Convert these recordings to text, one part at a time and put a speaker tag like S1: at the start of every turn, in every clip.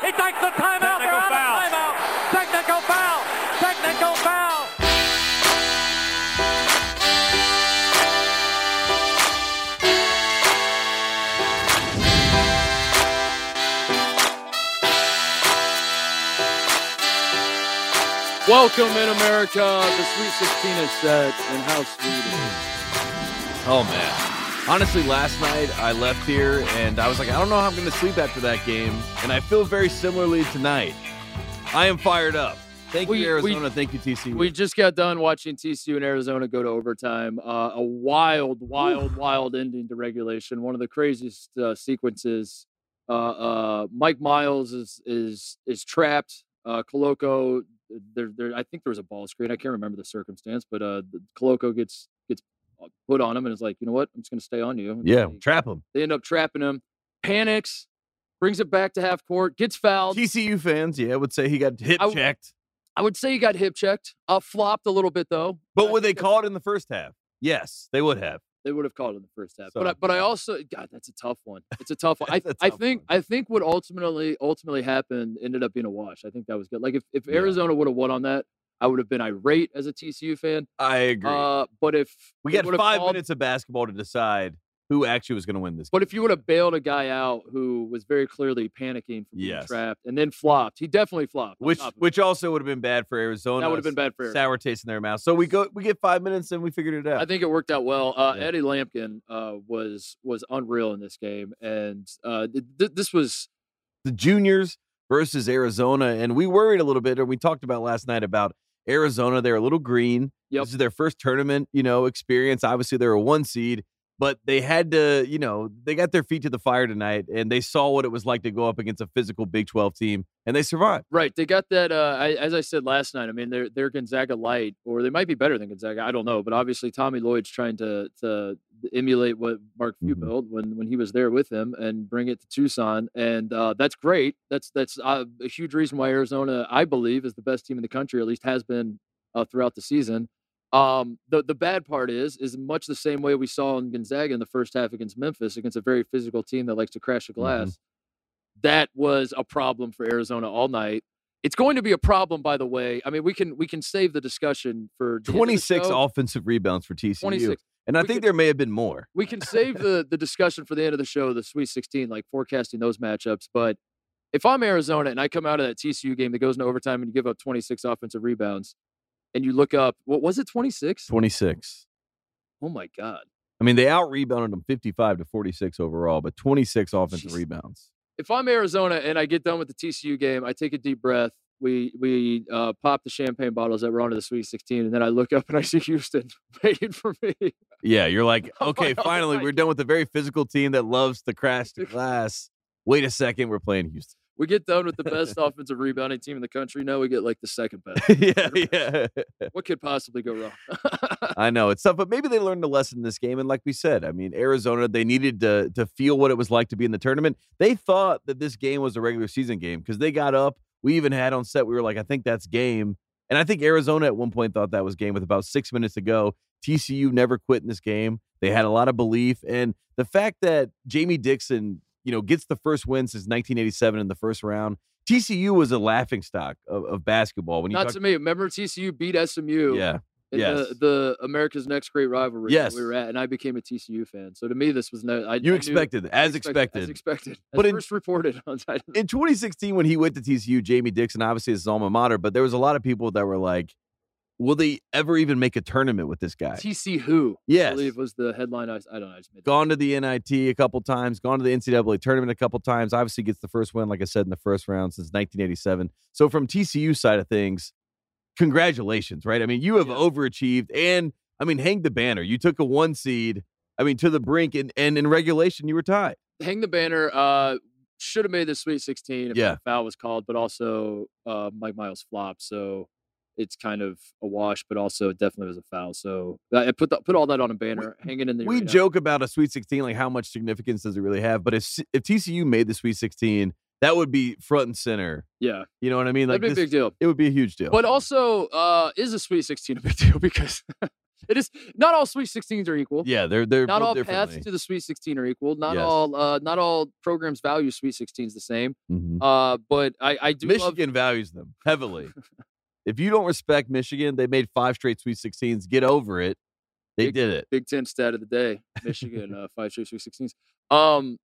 S1: He takes the timeout. They're out
S2: foul.
S1: of timeout. Technical foul. Technical foul.
S3: Welcome in America. The Sweet 16 is set, and how sweet it
S4: Oh man. Honestly, last night I left here and I was like, I don't know how I'm going to sleep after that game, and I feel very similarly tonight. I am fired up. Thank
S3: We-
S4: you,
S3: we-
S4: Arizona. Thank you, TCU.
S3: is. We just got done watching TCU and Arizona go to overtime. Uh, a wild, wild, wild ending to regulation. One of the craziest uh, sequences. Uh, uh, Mike Miles is is is trapped. Uh, Coloco, there, there. I think there was a ball screen. I can't remember the circumstance, but uh, the- Coloco gets gets uh, put on him and is like, you know what? I'm just going to stay on you. And
S4: yeah,
S3: they-
S4: trap them.
S3: They end up trapping him. Panics, brings it back to half court, gets fouled.
S4: TCU fans, yeah, would say he got hip
S3: I-
S4: checked.
S3: I would say he got hip checked. Uh, flopped a little bit though.
S4: But
S3: I
S4: would they
S3: think that
S4: call it in the first half? Yes, they would have.
S3: They would have called it in the first half. But I,
S4: So-
S3: but I also God, that's a tough one. It's a tough one. I,
S4: That's a
S3: I
S4: tough
S3: think
S4: one.
S3: I think what ultimately ultimately happened ended up being a wash. I think that was good. Like if if
S4: Yeah.
S3: Arizona would have won on that, I would have been irate as a TCU fan.
S4: I agree.
S3: Uh, but if
S4: we
S3: they
S4: got
S3: would've
S4: five
S3: called-
S4: minutes of basketball to decide who actually was going to win this.
S3: But if you would have bailed a guy out who was very clearly panicking from being
S4: Yes.
S3: trapped and then flopped, he definitely flopped. on
S4: which
S3: top of it.
S4: which also would have been bad for Arizona.
S3: that would have been bad for Arizona.
S4: sour taste in their mouth. So we go we get five minutes and we figured it out.
S3: I think it worked out well. Uh,
S4: Yeah.
S3: Eddie Lampkin uh, was was unreal in this game, and uh, th- th- this was
S4: the juniors versus Arizona, and we worried a little bit, or we talked about last night about Arizona. They're a little green.
S3: Yep.
S4: This is their first tournament, you know, experience. Obviously, they're a one seed, but they had to, you know, they got their feet to the fire tonight, and they saw what it was like to go up against a physical Big Twelve team, and they survived.
S3: right. They got that. Uh, I, as I said last night, I mean they're they're Gonzaga light, or they might be better than Gonzaga. I don't know, but obviously Tommy Lloyd's trying to to emulate what Mark Few
S4: Mhm.
S3: built when when he was there with him and bring it to Tucson, and uh, that's great. That's that's uh, a huge reason why Arizona, I believe, is the best team in the country, or at least has been uh, throughout the season. Um, the the bad part is is much the same way we saw in Gonzaga in the first half against Memphis, against a very physical team that likes to crash the glass. That was a problem for Arizona all night. It's going to be a problem, by the way. I mean, we can we can save the discussion for the end of the
S4: Twenty six
S3: show.
S4: offensive rebounds for TCU,
S3: twenty six.
S4: and I
S3: We
S4: think
S3: could-
S4: there may have been more.
S3: We can save the the discussion for the end of the show, the Sweet 16, like forecasting those matchups. But if I'm Arizona and I come out of that TCU game that goes into overtime and you give up 26 offensive rebounds, and you look up, what was it, 26?
S4: Twenty six.
S3: Oh my God!
S4: I mean, they out rebounded them 55 to 46 overall, but 26 offensive
S3: Jeez.
S4: rebounds.
S3: If I'm Arizona and I get done with the TCU game, I take a deep breath. We we uh, pop the champagne bottles that were onto the Sweet 16, and then I look up and I see Houston waiting for me.
S4: Yeah, you're like,
S3: Oh
S4: okay,
S3: my
S4: finally,
S3: God.
S4: we're done with a very physical team that loves to crash to glass. Wait a second, we're playing Houston.
S3: We get done with the best offensive rebounding team in the country. Now we get like the second best.
S4: yeah, yeah.
S3: What could possibly go wrong?
S4: I know it's tough, but maybe they learned a lesson in this game. And like we said, I mean, Arizona, they needed to to feel what it was like to be in the tournament. They thought that this game was a regular season game because they got up. We even had on set, we were like, I think that's game. And I think Arizona at one point thought that was game with about six minutes to go. TCU never quit in this game. They had a lot of belief. And the fact that Jamie Dixon, you know, gets the first win since 1987 in the first round, TCU was a laughing stock of, of basketball. When you
S3: Not
S4: talk,
S3: to me. Remember TCU beat SMU.
S4: yeah.
S3: in
S4: Yes.
S3: the, the America's Next Great Rivalry that we
S4: Yes.
S3: were at, and I became a TCU fan. So to me, this was no. I, I
S4: You
S3: knew-
S4: expected, that, as expected.
S3: As expected. As
S4: But in-
S3: first reported on Titan.
S4: in 2016 when he went to TCU, Jamie Dixon obviously is his alma mater, but there was a lot of people that were like, "Will they ever even make a tournament with this guy?"
S3: TC who? I
S4: Yes.
S3: believe was the headline. I, I don't know. I just made that
S4: Gone to the NIT a couple times, gone to the NCAA tournament a couple times. Obviously gets the first win, like I said in the first round since 1987. So from TCU side of things, congratulations, right? I mean, you have
S3: Yeah.
S4: overachieved, and I mean, hang the banner. You took a one seed. I mean, to the brink, and, and in regulation, you were tied.
S3: hang the banner. Uh, should have made the Sweet 16 if
S4: Yeah.
S3: that foul was called, but also uh, Mike Miles flopped, so it's kind of a wash. But also, it definitely was a foul. So uh, I I put the, put all that on a banner, hang it in the.
S4: we
S3: arena.
S4: joke about a Sweet 16, like how much significance does it really have? But if if TCU made the Sweet 16, that would be front and center.
S3: Yeah,
S4: You know what I mean? Like
S3: that'd be a
S4: this-
S3: big deal.
S4: it would be a huge deal.
S3: But also, uh, is a Sweet 16 a big deal because It is not all Sweet 16s are equal.
S4: Yeah, they're they're
S3: not
S4: built
S3: all paths
S4: differently.
S3: to the Sweet 16 are equal. Not
S4: Yes.
S3: all uh, not all programs value Sweet 16s the same.
S4: Mhm.
S3: Uh, but I, I do love
S4: Michigan values them heavily. if you don't respect Michigan, they made five straight Sweet 16s. Get over it. They
S3: Big-
S4: did it.
S3: Big Ten stat of the day: Michigan uh, five straight Sweet Sixteens. Um,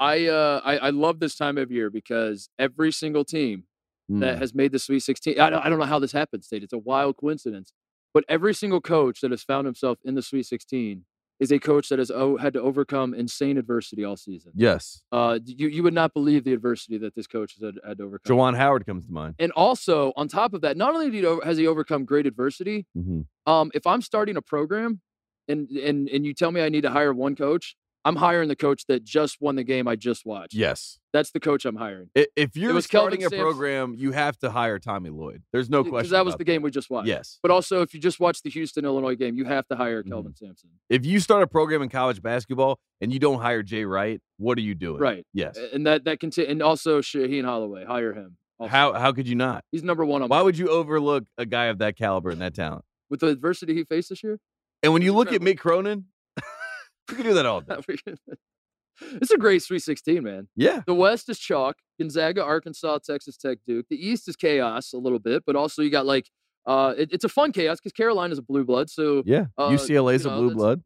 S3: I, uh, I I love this time of year because every single team that
S4: Mm.
S3: has made the Sweet Sixteen. I don't, I don't know how this happened, State. It's a wild coincidence, but every single coach that has found himself in the Sweet Sixteen is a coach that has o- had to overcome insane adversity all season.
S4: Yes.
S3: Uh, you you would not believe the adversity that this coach has had, had to overcome.
S4: Jawan Howard comes to mind.
S3: And also on top of that, not only did he over, has he overcome great adversity,
S4: Mhm.
S3: um, if I'm starting a program and and and you tell me I need to hire one coach, I'm hiring the coach that just won the game I just watched.
S4: Yes.
S3: That's the coach I'm hiring.
S4: I- If you're
S3: was Kelvin
S4: starting a
S3: Sampson.
S4: program, you have to hire Tommy Lloyd. There's no
S3: Because
S4: question.
S3: that was
S4: about
S3: the game we just watched.
S4: Yes.
S3: But also if you just watched the Houston Illinois game, you have to hire
S4: Mm-hmm.
S3: Kelvin Sampson.
S4: If you start a program in college basketball and you don't hire Jay Wright, what are you doing?
S3: Right. Eh,
S4: Yes.
S3: A- And that that conti- and also Shaheen Holloway, hire him. also.
S4: How how could you not?
S3: he's number one on
S4: Why would you overlook a guy of that caliber and that talent?
S3: with the adversity he faced this year?
S4: And when you look at Mick
S3: Incredible.
S4: Cronin, you can do that all day.
S3: it's a great Sweet 16, man.
S4: Yeah.
S3: The West is chalk. Gonzaga, Arkansas, Texas Tech, Duke. The East is chaos a little bit, but also you got like uh, it- it's a fun chaos because Carolina's a blue blood, so
S4: Yeah.
S3: Uh,
S4: UCLA's
S3: you know,
S4: a blue
S3: that's-
S4: blood.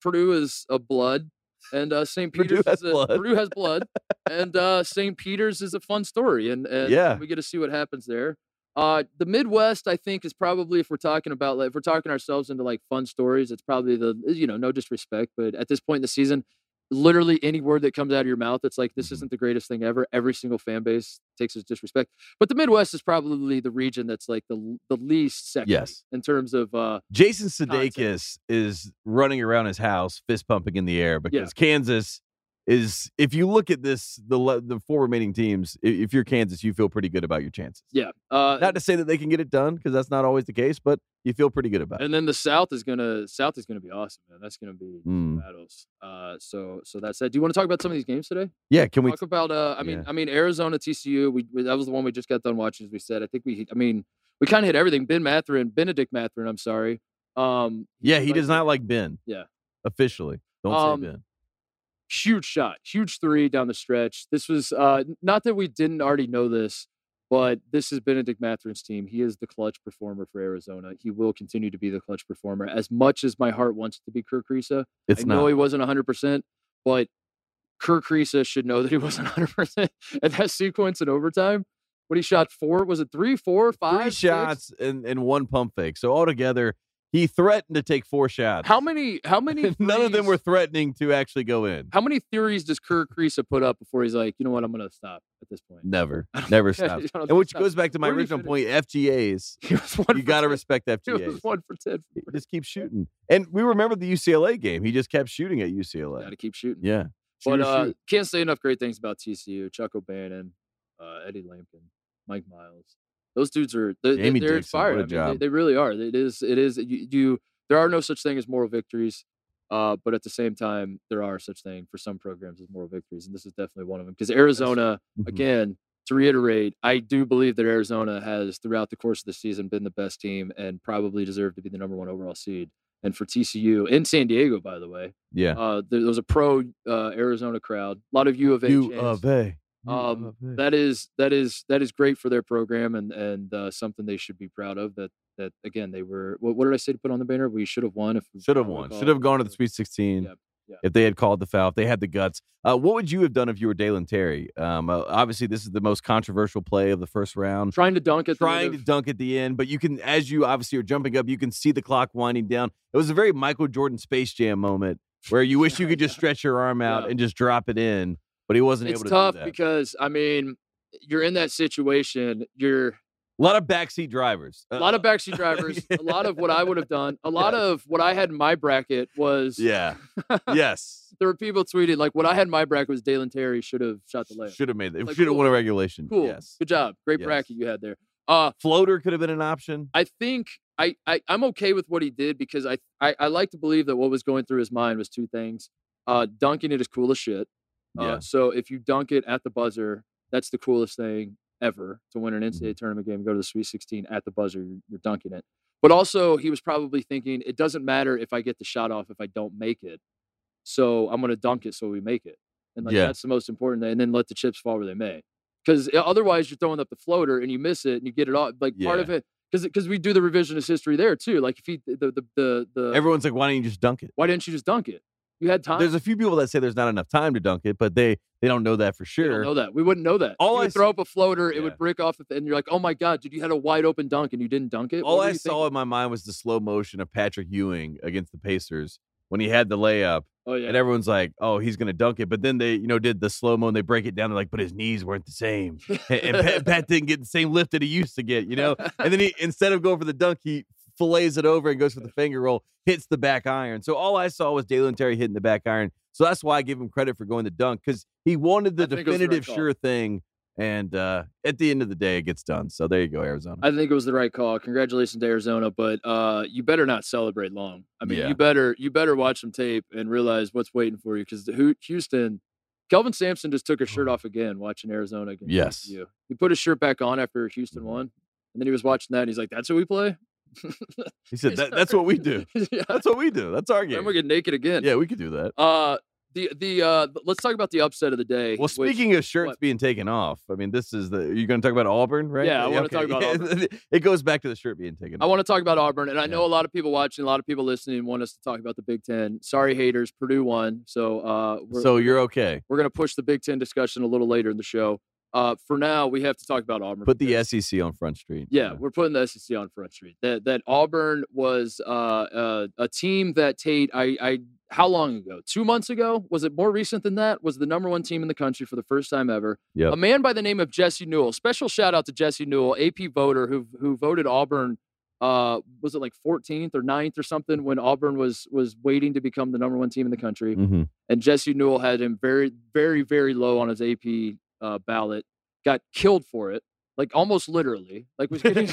S3: Purdue is a blood, and uh, St.
S4: Purdue
S3: Peter's
S4: has
S3: is a,
S4: blood.
S3: Purdue has blood, and uh, St. Peter's is a fun story, and, and
S4: Yeah.
S3: we get to see what happens there. Uh, the Midwest, I think, is probably if we're talking about like, if we're talking ourselves into like fun stories, it's probably the you know no disrespect, but at this point in the season, literally any word that comes out of your mouth, it's like this
S4: Mhm.
S3: isn't the greatest thing ever. Every single fan base takes as disrespect, but the Midwest is probably the region that's like the l- the least sexy
S4: Yes.
S3: in terms of uh,
S4: Jason
S3: Content.
S4: Sudeikis is running around his house, fist pumping in the air because Kansas is. If you look at this, the le- the four remaining teams, i- if you're Kansas, you feel pretty good about your chances.
S3: yeah. Uh,
S4: Not to say that they can get it done because that's not always the case, but you feel pretty good about it.
S3: And then the South is gonna South is gonna be awesome, man. That's gonna be
S4: Mm.
S3: battles. Uh, so so that's that. Do you want to talk about some of these games today?
S4: Yeah, can we?
S3: talk about uh, I mean
S4: yeah.
S3: I mean Arizona TCU. We, we that was the one we just got done watching. As we said, I think we hit- I mean we kind of hit everything. Ben Matherin, Benedict Matherin. I'm sorry. Um,
S4: Yeah, he
S3: like
S4: does not like Ben.
S3: Yeah.
S4: officially, don't
S3: Um,
S4: say Ben.
S3: huge shot, huge three down the stretch. This was uh, not that we didn't already know this, but this is Benedict Matherin's team. He is the clutch performer for Arizona. He will continue to be the clutch performer. As much as my heart wants it to be Kirk Risa,
S4: It's
S3: I
S4: not.
S3: know he wasn't 100%, but Kirk Risa should know that he wasn't 100% at that sequence in overtime. What he shot four, was it three, four, five?
S4: Three
S3: six?
S4: shots and, and one pump fake. So altogether, he threatened to take four shots.
S3: How many, how many,
S4: None of them were
S3: threes-
S4: threatening to actually go in.
S3: how many theories does Kirk Risa put up before he's like, you know what, I'm going to stop at this point?
S4: Never, never
S3: I
S4: stops.
S3: don't
S4: And
S3: think
S4: which
S3: so.
S4: goes back to my
S3: Where did he
S4: original
S3: finish?
S4: point: FGA's.
S3: He was one.
S4: You
S3: for
S4: got to
S3: 10.
S4: respect
S3: He was
S4: FGA's.
S3: one for ten.
S4: He Just keep shooting, and we remember the UCLA game. He just kept shooting at
S3: Got
S4: UCLA.
S3: to keep shooting.
S4: Yeah,
S3: but
S4: Shoot,
S3: uh,
S4: shoot.
S3: can't say enough great things about TCU. Chuck O'Bannon, uh, Eddie Lampkin, Mike Miles. Those dudes are they, they,
S4: Jamie
S3: they're
S4: Dixon, what
S3: inspired.
S4: a
S3: I mean, they-
S4: job.
S3: They, really are. It is. It is. You, you. There are no such thing as moral victories. Uh, but at the same time, there are such thing for some programs as moral victories, and this is definitely one of them. Because Arizona,
S4: Mhm.
S3: again, to reiterate, I do believe that Arizona has, throughout the course of the season, been the best team and probably deserved to be the number one overall seed. And for TCU in San Diego, by the way,
S4: yeah.
S3: uh, there, there was a pro uh, Arizona crowd, a lot of U of A.
S4: U
S3: chants.
S4: of A. U
S3: Um,
S4: of A.
S3: That is that is that is great for their program and and uh, something they should be proud of. That that again they were. What, what did I say to put on the banner? We should have won if we
S4: Should have
S3: probably
S4: won.
S3: called
S4: Should have
S3: it.
S4: gone to the
S3: So-
S4: Sweet 16
S3: Yep, yeah.
S4: if they had called the foul. If they had the guts, uh, what would you have done if you were Dalen Terry? Um, uh, obviously, this is the most controversial play of the first round.
S3: Trying to dunk at
S4: Trying to
S3: the end
S4: dunk at the end, but you can, as you obviously are jumping up, you can see the clock winding down. It was a very Michael Jordan Space Jam moment where you wish you could just stretch your arm out
S3: Yeah.
S4: and just drop it in, but he wasn't
S3: of, it's
S4: able to.
S3: tough
S4: do that.
S3: because I mean you're in that situation. You're
S4: a lot of backseat drivers. Uh,
S3: a lot of backseat drivers. A lot of what I would have done. A lot of what I had in my bracket was.
S4: Yeah. yes.
S3: There were people tweeting like what I had in my bracket was Dalen Terry should have shot the layup.
S4: Should have made it.
S3: Like,
S4: Should have
S3: cool.
S4: won a regulation.
S3: Cool.
S4: Yes.
S3: Good job. Great
S4: Yes.
S3: bracket you had there. Uh,
S4: Floater could have been an option.
S3: I think I, I I'm okay with what he did because I, I I like to believe that what was going through his mind was two things. Uh, dunking it is cool as shit. Uh,
S4: Yeah.
S3: So if you dunk it at the buzzer, that's the
S4: Mm-hmm.
S3: coolest thing ever to win an NCAA tournament game, go to the Sweet 16 at the buzzer, you're, you're dunking it. But also, he was probably thinking, it doesn't matter if I get the shot off if I don't make it. So I'm going to dunk it so we make it. And like
S4: Yeah.
S3: that's the most important thing. And then let the chips fall where they may. Because otherwise, you're throwing up the floater and you miss it and you get it off. Like part
S4: Yeah.
S3: of it, because because we do the revisionist history there too. Like if he the the the, the
S4: Everyone's like, why don't you just dunk it?
S3: why didn't you just dunk it? You had time.
S4: There's a few people that say there's not enough time to dunk it, but they they don't know that for
S3: We don't
S4: sure.
S3: know that. We wouldn't know that.
S4: All
S3: you
S4: I
S3: would
S4: s-
S3: throw up a floater, it
S4: Yeah.
S3: would break off, the th- and you're like, "Oh my god, dude, you had a wide open dunk and you didn't dunk it."
S4: All
S3: What were
S4: I
S3: you
S4: saw in my mind was the slow motion of Patrick Ewing against the Pacers when he had the layup,
S3: thinking?" Oh yeah.
S4: and everyone's like, "Oh, he's gonna dunk it," but then they you know did the slow mo and they break it down. They're like, "But his knees weren't the same, and, and Pat, Pat didn't get the same lift that he used to get," you know. And then he instead of going for the dunk, he fillets it over and goes for the finger roll, hits the back iron. So all I saw was Dalen Terry hitting the back iron. So that's why I give him credit for going to dunk because he wanted the
S3: I think it was the right
S4: definitive
S3: call.
S4: sure thing. And uh, at the end of the day, it gets done. So there you go, Arizona.
S3: I think it was the right call. Congratulations to Arizona, but uh, you better not celebrate long. I mean,
S4: Yeah.
S3: you better you better watch some tape and realize what's waiting for you because Houston, Kelvin Sampson just took his shirt off again watching Arizona. Against
S4: Mm-hmm. Yes. Mm-hmm.
S3: TCU. he put his shirt back on after Houston won, and then he was watching that and he's like, "That's what we play."
S4: he said, that, "That's what we do.
S3: yeah.
S4: That's what we do. That's our
S3: Then
S4: game.
S3: we get naked again.
S4: Yeah, we could do that."
S3: Uh, the the uh, let's talk about the upset of the day.
S4: Well,
S3: which-
S4: speaking of shirts
S3: what?
S4: being taken off, I mean, this is the you're going to talk about Auburn, right?
S3: Yeah, I wanna talk about
S4: Auburn. it goes back to the shirt being taken.
S3: I
S4: off.
S3: want to talk about Auburn, and I
S4: Yeah.
S3: know a lot of people watching, a lot of people listening want us to talk about the Big Ten. Sorry, haters, Purdue won, so uh, we're,
S4: so you're okay.
S3: we're going to push the Big Ten discussion a little later in the show. Uh, for now, we have to talk about Auburn.
S4: Put
S3: because-
S4: the SEC on Front Street.
S3: yeah, we're putting the SEC on front street. That that Auburn was uh, uh, a team that Tate. I, I how long ago? Two months ago? Was it more recent than that? Was the number one team in the country for the first time ever?
S4: Yep.
S3: A man by the name of Jesse Newell. Special shout out to Jesse Newell, AP voter who who voted Auburn. Uh, was it like 14th or 9th or something when Auburn was was waiting to become the number one team in the country?
S4: Mhm.
S3: and Jesse Newell had him very, very, very low on his AP uh, ballot. Got killed for it, like almost literally. Like was getting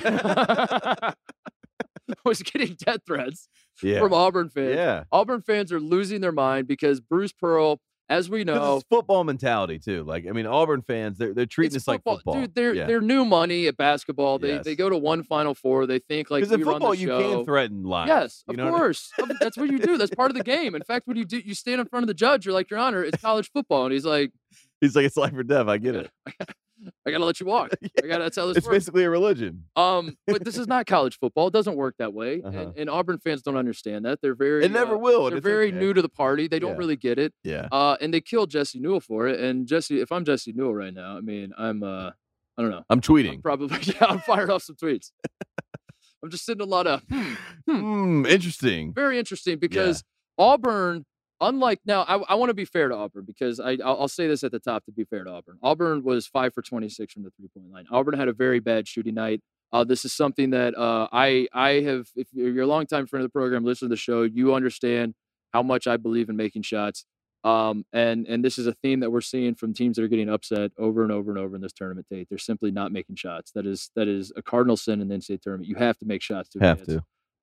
S3: was getting death threats
S4: Yeah.
S3: from Auburn fans.
S4: yeah.
S3: Auburn fans are losing their mind because Bruce Pearl, as we
S4: 'Cause
S3: know,
S4: it's football mentality too. Like I mean, Auburn fans they're they're treating
S3: it's
S4: this like football.
S3: dude. They're
S4: Yeah.
S3: they're new money at basketball. They they
S4: Yes.
S3: go to one Final Four. They think like
S4: because
S3: we
S4: in
S3: run
S4: football
S3: the
S4: you
S3: show.
S4: can threaten lives.
S3: Yes,
S4: you
S3: of
S4: know what I mean?
S3: course. Of- That's what you do. That's part of the game. In fact, when you do, you stand in front of the judge. You're like, Your Honor, it's college football, and he's like,
S4: He's like it's life or death. I get
S3: Yeah.
S4: it.
S3: I gotta let you walk. I gotta that's how this
S4: It's
S3: works.
S4: basically a religion.
S3: Um, but this is not college football. It doesn't work that way,
S4: Uh-huh.
S3: and, and Auburn fans don't understand that. They're very
S4: It never
S3: uh,
S4: will. and
S3: They're
S4: it's
S3: very
S4: okay.
S3: new to the party. They don't
S4: Yeah.
S3: really get it.
S4: Yeah.
S3: Uh, and they killed Jesse Newell for it. And Jesse, if I'm Jesse Newell right now, I mean, I'm uh, I don't know.
S4: I'm
S3: I'm
S4: tweeting.
S3: probably yeah. I'm fired off some tweets. I'm just sitting a lot of hmm,
S4: Hmm, interesting.
S3: very interesting because Auburn, unlike now, I, I want to be fair to Auburn because I I'll, I'll say this at the top to be fair to Auburn. Auburn was five for twenty six from the three point line. Auburn had a very bad shooting night. Uh, this is something that uh, I I have. If you're a longtime friend of the program, listen to the show, you understand how much I believe in making shots. Um, and and this is a theme that we're seeing from teams that are getting upset over and over and over in this tournament. Date they're simply not making shots. That is that is a cardinal sin in the NCAA tournament. You have to make shots to
S4: Have
S3: advance.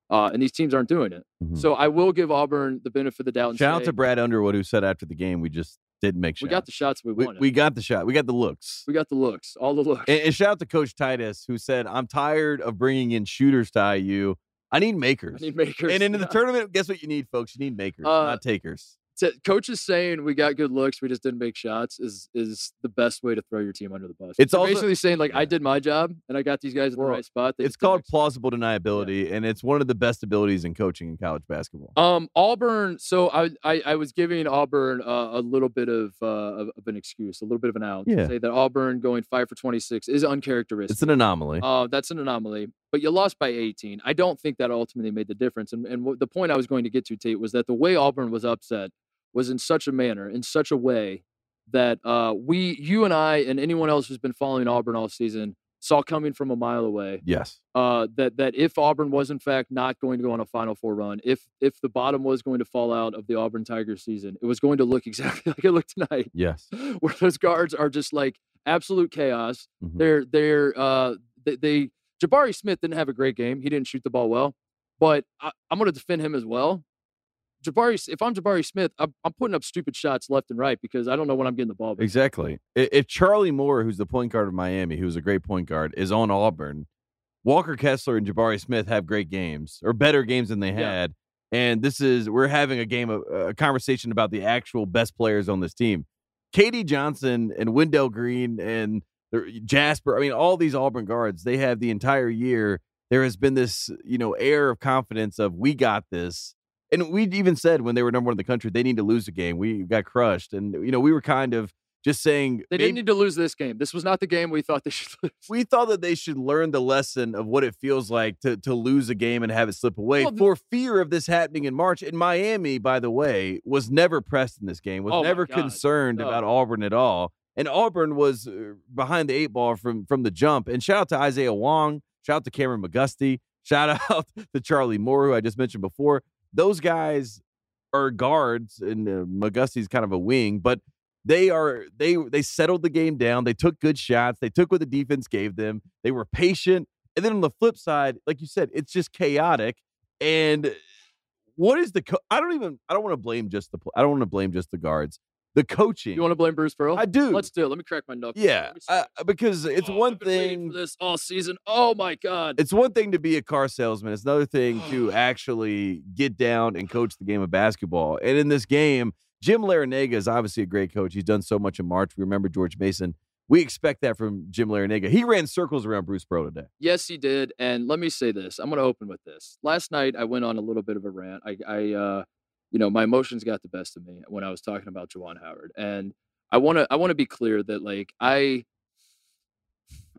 S4: to.
S3: Uh, and these teams aren't doing it.
S4: Mhm.
S3: So I will give Auburn the benefit of the doubt. And
S4: Shout out
S3: say,
S4: to Brad Underwood who said after the game we just didn't make
S3: We
S4: shots.
S3: got the shots we
S4: we,
S3: wanted.
S4: we
S3: We,
S4: got the shot. We got the looks.
S3: got the looks, all the looks.
S4: And, and shout out to Coach Titus who said, "I'm tired of bringing in shooters to IU. I need
S3: I
S4: makers."
S3: need makers.
S4: and into the
S3: Yeah.
S4: tournament, guess what you need, folks? You need makers,
S3: Uh,
S4: not takers.
S3: To- coaches saying we got good looks, we just didn't make shots is is the best way to throw your team under the bus.
S4: It's
S3: You're
S4: also-
S3: basically saying like I
S4: yeah.
S3: did my job and I got these guys in
S4: Well,
S3: the right spot. They
S4: It's
S3: just didn't
S4: called
S3: execute.
S4: plausible deniability, and it's one of the best abilities in coaching in college basketball.
S3: Um, Auburn. So I, I, I was giving Auburn uh, a little bit of uh, of of an excuse, a little bit of an out to
S4: Yeah.
S3: say that Auburn going five for twenty six is uncharacteristic.
S4: It's an anomaly.
S3: Uh, that's an anomaly. But you lost by 18. I don't think that ultimately made the difference. And, and what the point I was going to get to, Tate, was that the way Auburn was upset was in such a manner, in such a way that uh, we, you and I, and anyone else who's been following Auburn all season saw coming from a mile away
S4: yes.
S3: uh, that that if Auburn was in fact not going to go on a Final Four run, if if the bottom was going to fall out of the Auburn Tigers season, it was going to look exactly like it looked tonight,
S4: Yes.
S3: where those guards are just like absolute chaos.
S4: Mhm.
S3: They're they're uh they, they Jabari Smith didn't have a great game. He didn't shoot the ball well, but I, I'm going to defend him as well. Jabari, S- if I'm Jabari Smith, I'm, I'm putting up stupid shots left and right because I don't know when I'm getting the ball. back.
S4: Exactly. I- If Charlie Moore, who's the point guard of Miami, who's a great point guard, is on Auburn, Walker Kessler and Jabari Smith have great games or better games than they
S3: Yeah.
S4: had. And this is we're having a game of a conversation about the actual best players on this team. Katie Johnson and Wendell Green and the- Jasper. I mean, all these Auburn guards. They have the entire year. There has been this you know air of confidence of we got this. And we even said when they were number one in the country, they need to lose a game. We got crushed, and you know we were kind of just saying
S3: They
S4: maybe-
S3: didn't need to lose this game. This was not the game we thought they should lose.
S4: we thought that they should learn the lesson of what it feels like to to lose a game and have it slip away
S3: Well, th-
S4: for fear of this happening in March. And Miami, by the way, was never pressed in this game, was
S3: Oh my
S4: never
S3: God,
S4: concerned
S3: no.
S4: about Auburn at all. And Auburn was uh, behind the eight ball from from the jump. And shout out to Isaiah Wong, shout out to Cameron McGusty, shout out to Charlie Moore, who I just mentioned before. Those guys are guards, and uh, McGusty's kind of a wing, but they are they they settled the game down. They took good shots. They took what the defense gave them. They were patient. And then on the flip side, like you said, it's just chaotic. And what is the co- I don't even I don't want to blame just the pl- I don't want to blame just the guards. The coaching.
S3: You want to blame Bruce Pearl?
S4: I do.
S3: Let's do it. Let me crack my knuckles.
S4: yeah,
S3: Let me see.
S4: uh, because it's
S3: Oh,
S4: one
S3: I've been waiting
S4: thing
S3: for this all season. Oh my god.
S4: it's one thing to be a car salesman. It's another thing to actually get down and coach the game of basketball. And in this game, Jim Larinaga is obviously a great coach. He's done so much in March. We remember George Mason. We expect that from Jim Larinaga. He ran circles around Bruce Pearl today.
S3: Yes, he did. And let me say this. I'm going to open with this. Last night, I went on a little bit of a rant. I, I uh, you know, my emotions got the best of me when I was talking about Jawan Howard, and I want to, I want to be clear that like I,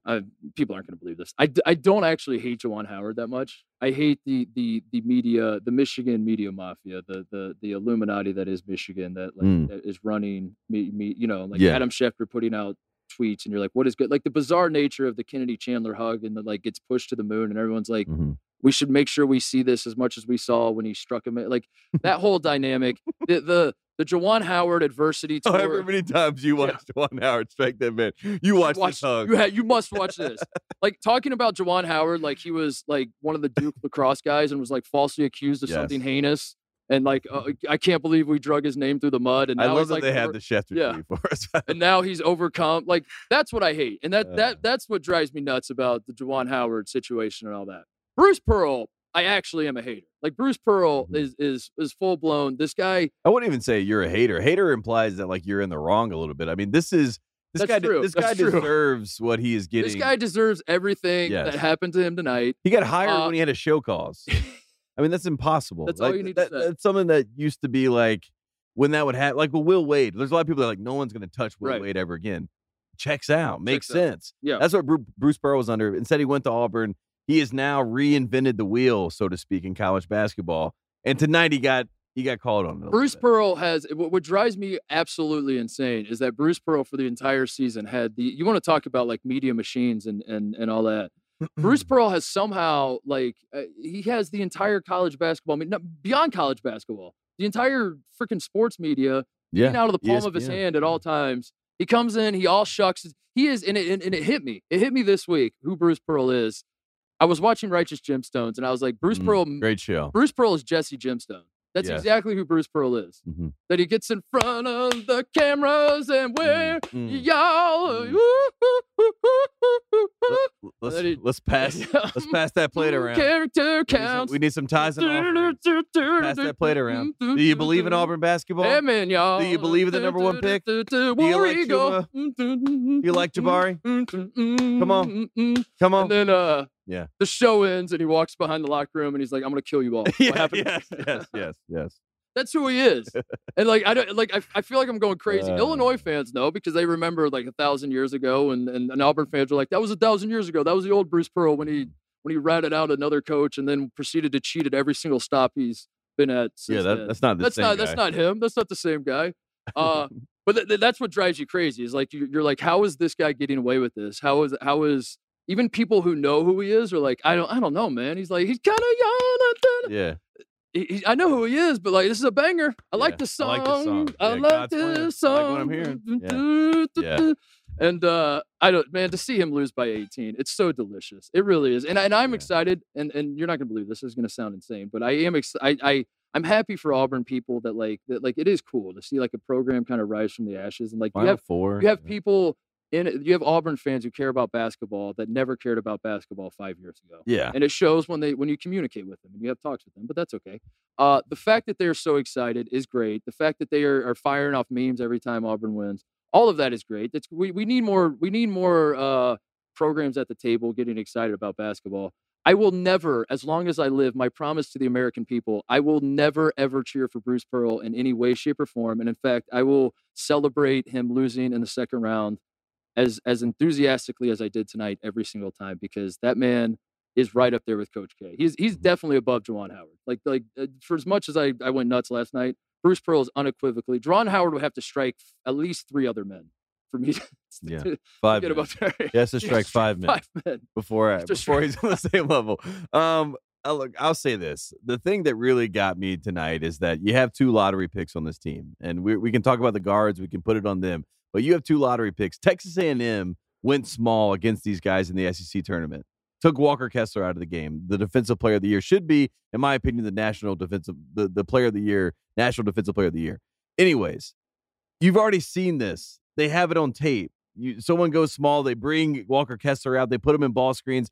S3: I people aren't going to believe this. I, d- I don't actually hate Jawan Howard that much. I hate the the the media, the Michigan media mafia, the the the Illuminati that is Michigan that like
S4: Mm.
S3: that is running me, me you know like
S4: Yeah.
S3: Adam Schefter putting out tweets and you're like what is good like the bizarre nature of the Kennedy Chandler hug and the like gets pushed to the moon and everyone's
S4: Mm.
S3: like we should make sure we see this as much as we saw when he struck him like that whole dynamic the the the Jawan Howard adversity tour
S4: However many times you
S3: Yeah.
S4: watched one hour strike that man, you
S3: you
S4: watched this
S3: watch-
S4: hug.
S3: you, ha- you must watch this like talking about Jawan Howard like he was like one of the Duke lacrosse guys and was like falsely accused of something
S4: Yes.
S3: heinous and like uh, I can't believe we drug his name through the mud and
S4: I
S3: now
S4: love
S3: he's,
S4: that
S3: like
S4: they have
S3: we're-
S4: the Schefter
S3: yeah.
S4: tweet for us.
S3: and now he's overcome. Like that's what I hate, and that
S4: Uh.
S3: that that's what drives me nuts about the Jawan Howard situation and all that. Bruce Pearl, I actually am a hater. Like Bruce Pearl
S4: Mhm.
S3: is is is full blown. This guy,
S4: I wouldn't even say you're a hater. Hater implies that like you're in the wrong a little bit. I mean, this is this
S3: That's
S4: guy.
S3: true.
S4: This
S3: That's
S4: guy
S3: true.
S4: deserves what he is getting.
S3: this guy deserves everything
S4: Yes.
S3: that happened to him tonight.
S4: He got hired
S3: Uh,
S4: when he had a show cause. I mean, that's impossible.
S3: That's all
S4: Like,
S3: you need to
S4: that-
S3: say.
S4: That's something that used to be like when that would happen. Like with Will Wade, there's a lot of people that are like no one's going to touch Will
S3: Right.
S4: Wade ever again. Checks out, makes
S3: Checks out.
S4: sense.
S3: Yeah.
S4: that's what Bru- Bruce Pearl was under. Instead, he went to Auburn. He has now reinvented the wheel, so to speak, in college basketball. And tonight he got he got called on. it a little
S3: Bruce
S4: bit.
S3: Pearl has what what drives me absolutely insane is that Bruce Pearl for the entire season had the you want to talk about like media machines and and and all that. Bruce
S4: Mm-hmm.
S3: Pearl has somehow like uh, he has the entire college basketball, I mean, not beyond college basketball, the entire freaking sports media
S4: yeah, E
S3: being out of the palm of his
S4: ESPN.
S3: hand at all times. He comes in, he all shucks. He is, and it, and, and it hit me. It hit me this week who Bruce Pearl is. I was watching Righteous Gemstones, and I was like, Bruce
S4: Mm,
S3: Pearl,
S4: great show.
S3: Bruce Pearl is Jesse Gemstone. That's
S4: Yes.
S3: exactly who Bruce Pearl is.
S4: Mhm.
S3: That he gets in front of the cameras and where
S4: Mm, mm.
S3: y'all.
S4: Mm.
S3: ooh, ooh, ooh, ooh, ooh, ooh.
S4: Let's,
S3: Let it-
S4: let's pass let's pass that plate
S3: Ooh,
S4: around.
S3: Character
S4: We need some-
S3: counts.
S4: We need some ties and offerings.
S3: Pass
S4: Pass that plate around. Do you believe in Auburn basketball?
S3: Hey,
S4: Do
S3: man, y'all.
S4: Do you believe in the number one pick?
S3: Do
S4: you like Tua?
S3: Do
S4: you like Jabari? Come on. Come
S3: Mm-hmm. And
S4: on.
S3: then uh,
S4: Yeah.
S3: the show ends and he walks behind the locker room and he's like, I'm going to kill you all. What
S4: Yeah,
S3: happened?
S4: yes, yes, yes, yes.
S3: That's who he is. and like I don't like I, I feel like I'm going crazy.
S4: Uh.
S3: Illinois fans know because they remember like a thousand years ago and, and, and Auburn fans are like, that was a thousand years ago. That was the old Bruce Pearl when he when he ratted out another coach and then proceeded to cheat at every single stop he's been at
S4: Yeah,
S3: since
S4: that,
S3: then.
S4: that's not the
S3: that's
S4: same
S3: not
S4: guy.
S3: that's not him. That's not the same guy. Uh but th- th- that's what drives you crazy. Is like you, you're like, how is this guy getting away with this? How is how is even people who know who he is are like, I don't I don't know, man. He's like he's kind of young
S4: yeah.
S3: he, he- I know who he is, but like this is a banger. I
S4: Yeah,
S3: like the
S4: I
S3: song.
S4: like this song.
S3: I
S4: Yeah,
S3: like
S4: God's plan.
S3: this
S4: I like
S3: song.
S4: what I'm hearing. Yeah.
S3: Yeah. And uh, I don't, man, to see him lose by 18, it's so delicious. It really is. And, and I'm
S4: Yeah.
S3: excited. And and you're not gonna believe this. This is gonna sound insane, but I am excited. I I'm happy for Auburn people that like that like it is cool to see like a program kind of rise from the ashes and like you
S4: Final
S3: have
S4: four.
S3: you have people in you have Auburn fans who care about basketball that never cared about basketball five years ago.
S4: Yeah.
S3: And it shows when they when you communicate with them and you have talks with them, but that's okay. Uh, the fact that they're so excited is great. The fact that they are, are firing off memes every time Auburn wins, all of that is great. That's we, we need more we need more uh, programs at the table getting excited about basketball. I will never, as long as I live, my promise to the American people, I will never ever cheer for Bruce Pearl in any way, shape, or form. And in fact, I will celebrate him losing in the second round as as enthusiastically as I did tonight every single time because that man is right up there with Coach K. He's he's
S4: Mm-hmm.
S3: definitely above Jawan Howard. Like like uh, for as much as I I went nuts last night, Bruce Pearl is unequivocally. Jawan Howard would have to strike at least three other men for me to,
S4: Yeah.
S3: to
S4: Five.
S3: get
S4: men.
S3: above there.
S4: He has to strike five men.
S3: Five men.
S4: before I,
S3: It's just-
S4: before he's on the same level. Um, I look, I'll say this: the thing that really got me tonight is that you have two lottery picks on this team, and we we can talk about the guards, we can put it on them, but you have two lottery picks. Texas A&M went small against these guys in the SEC tournament. Took Walker Kessler out of the game. The defensive player of the year should be, in my opinion, the national defensive the, the player of the year, national defensive player of the year. Anyways, you've already seen this. They have it on tape. You, someone goes small, they bring Walker Kessler out, they put him in ball screens.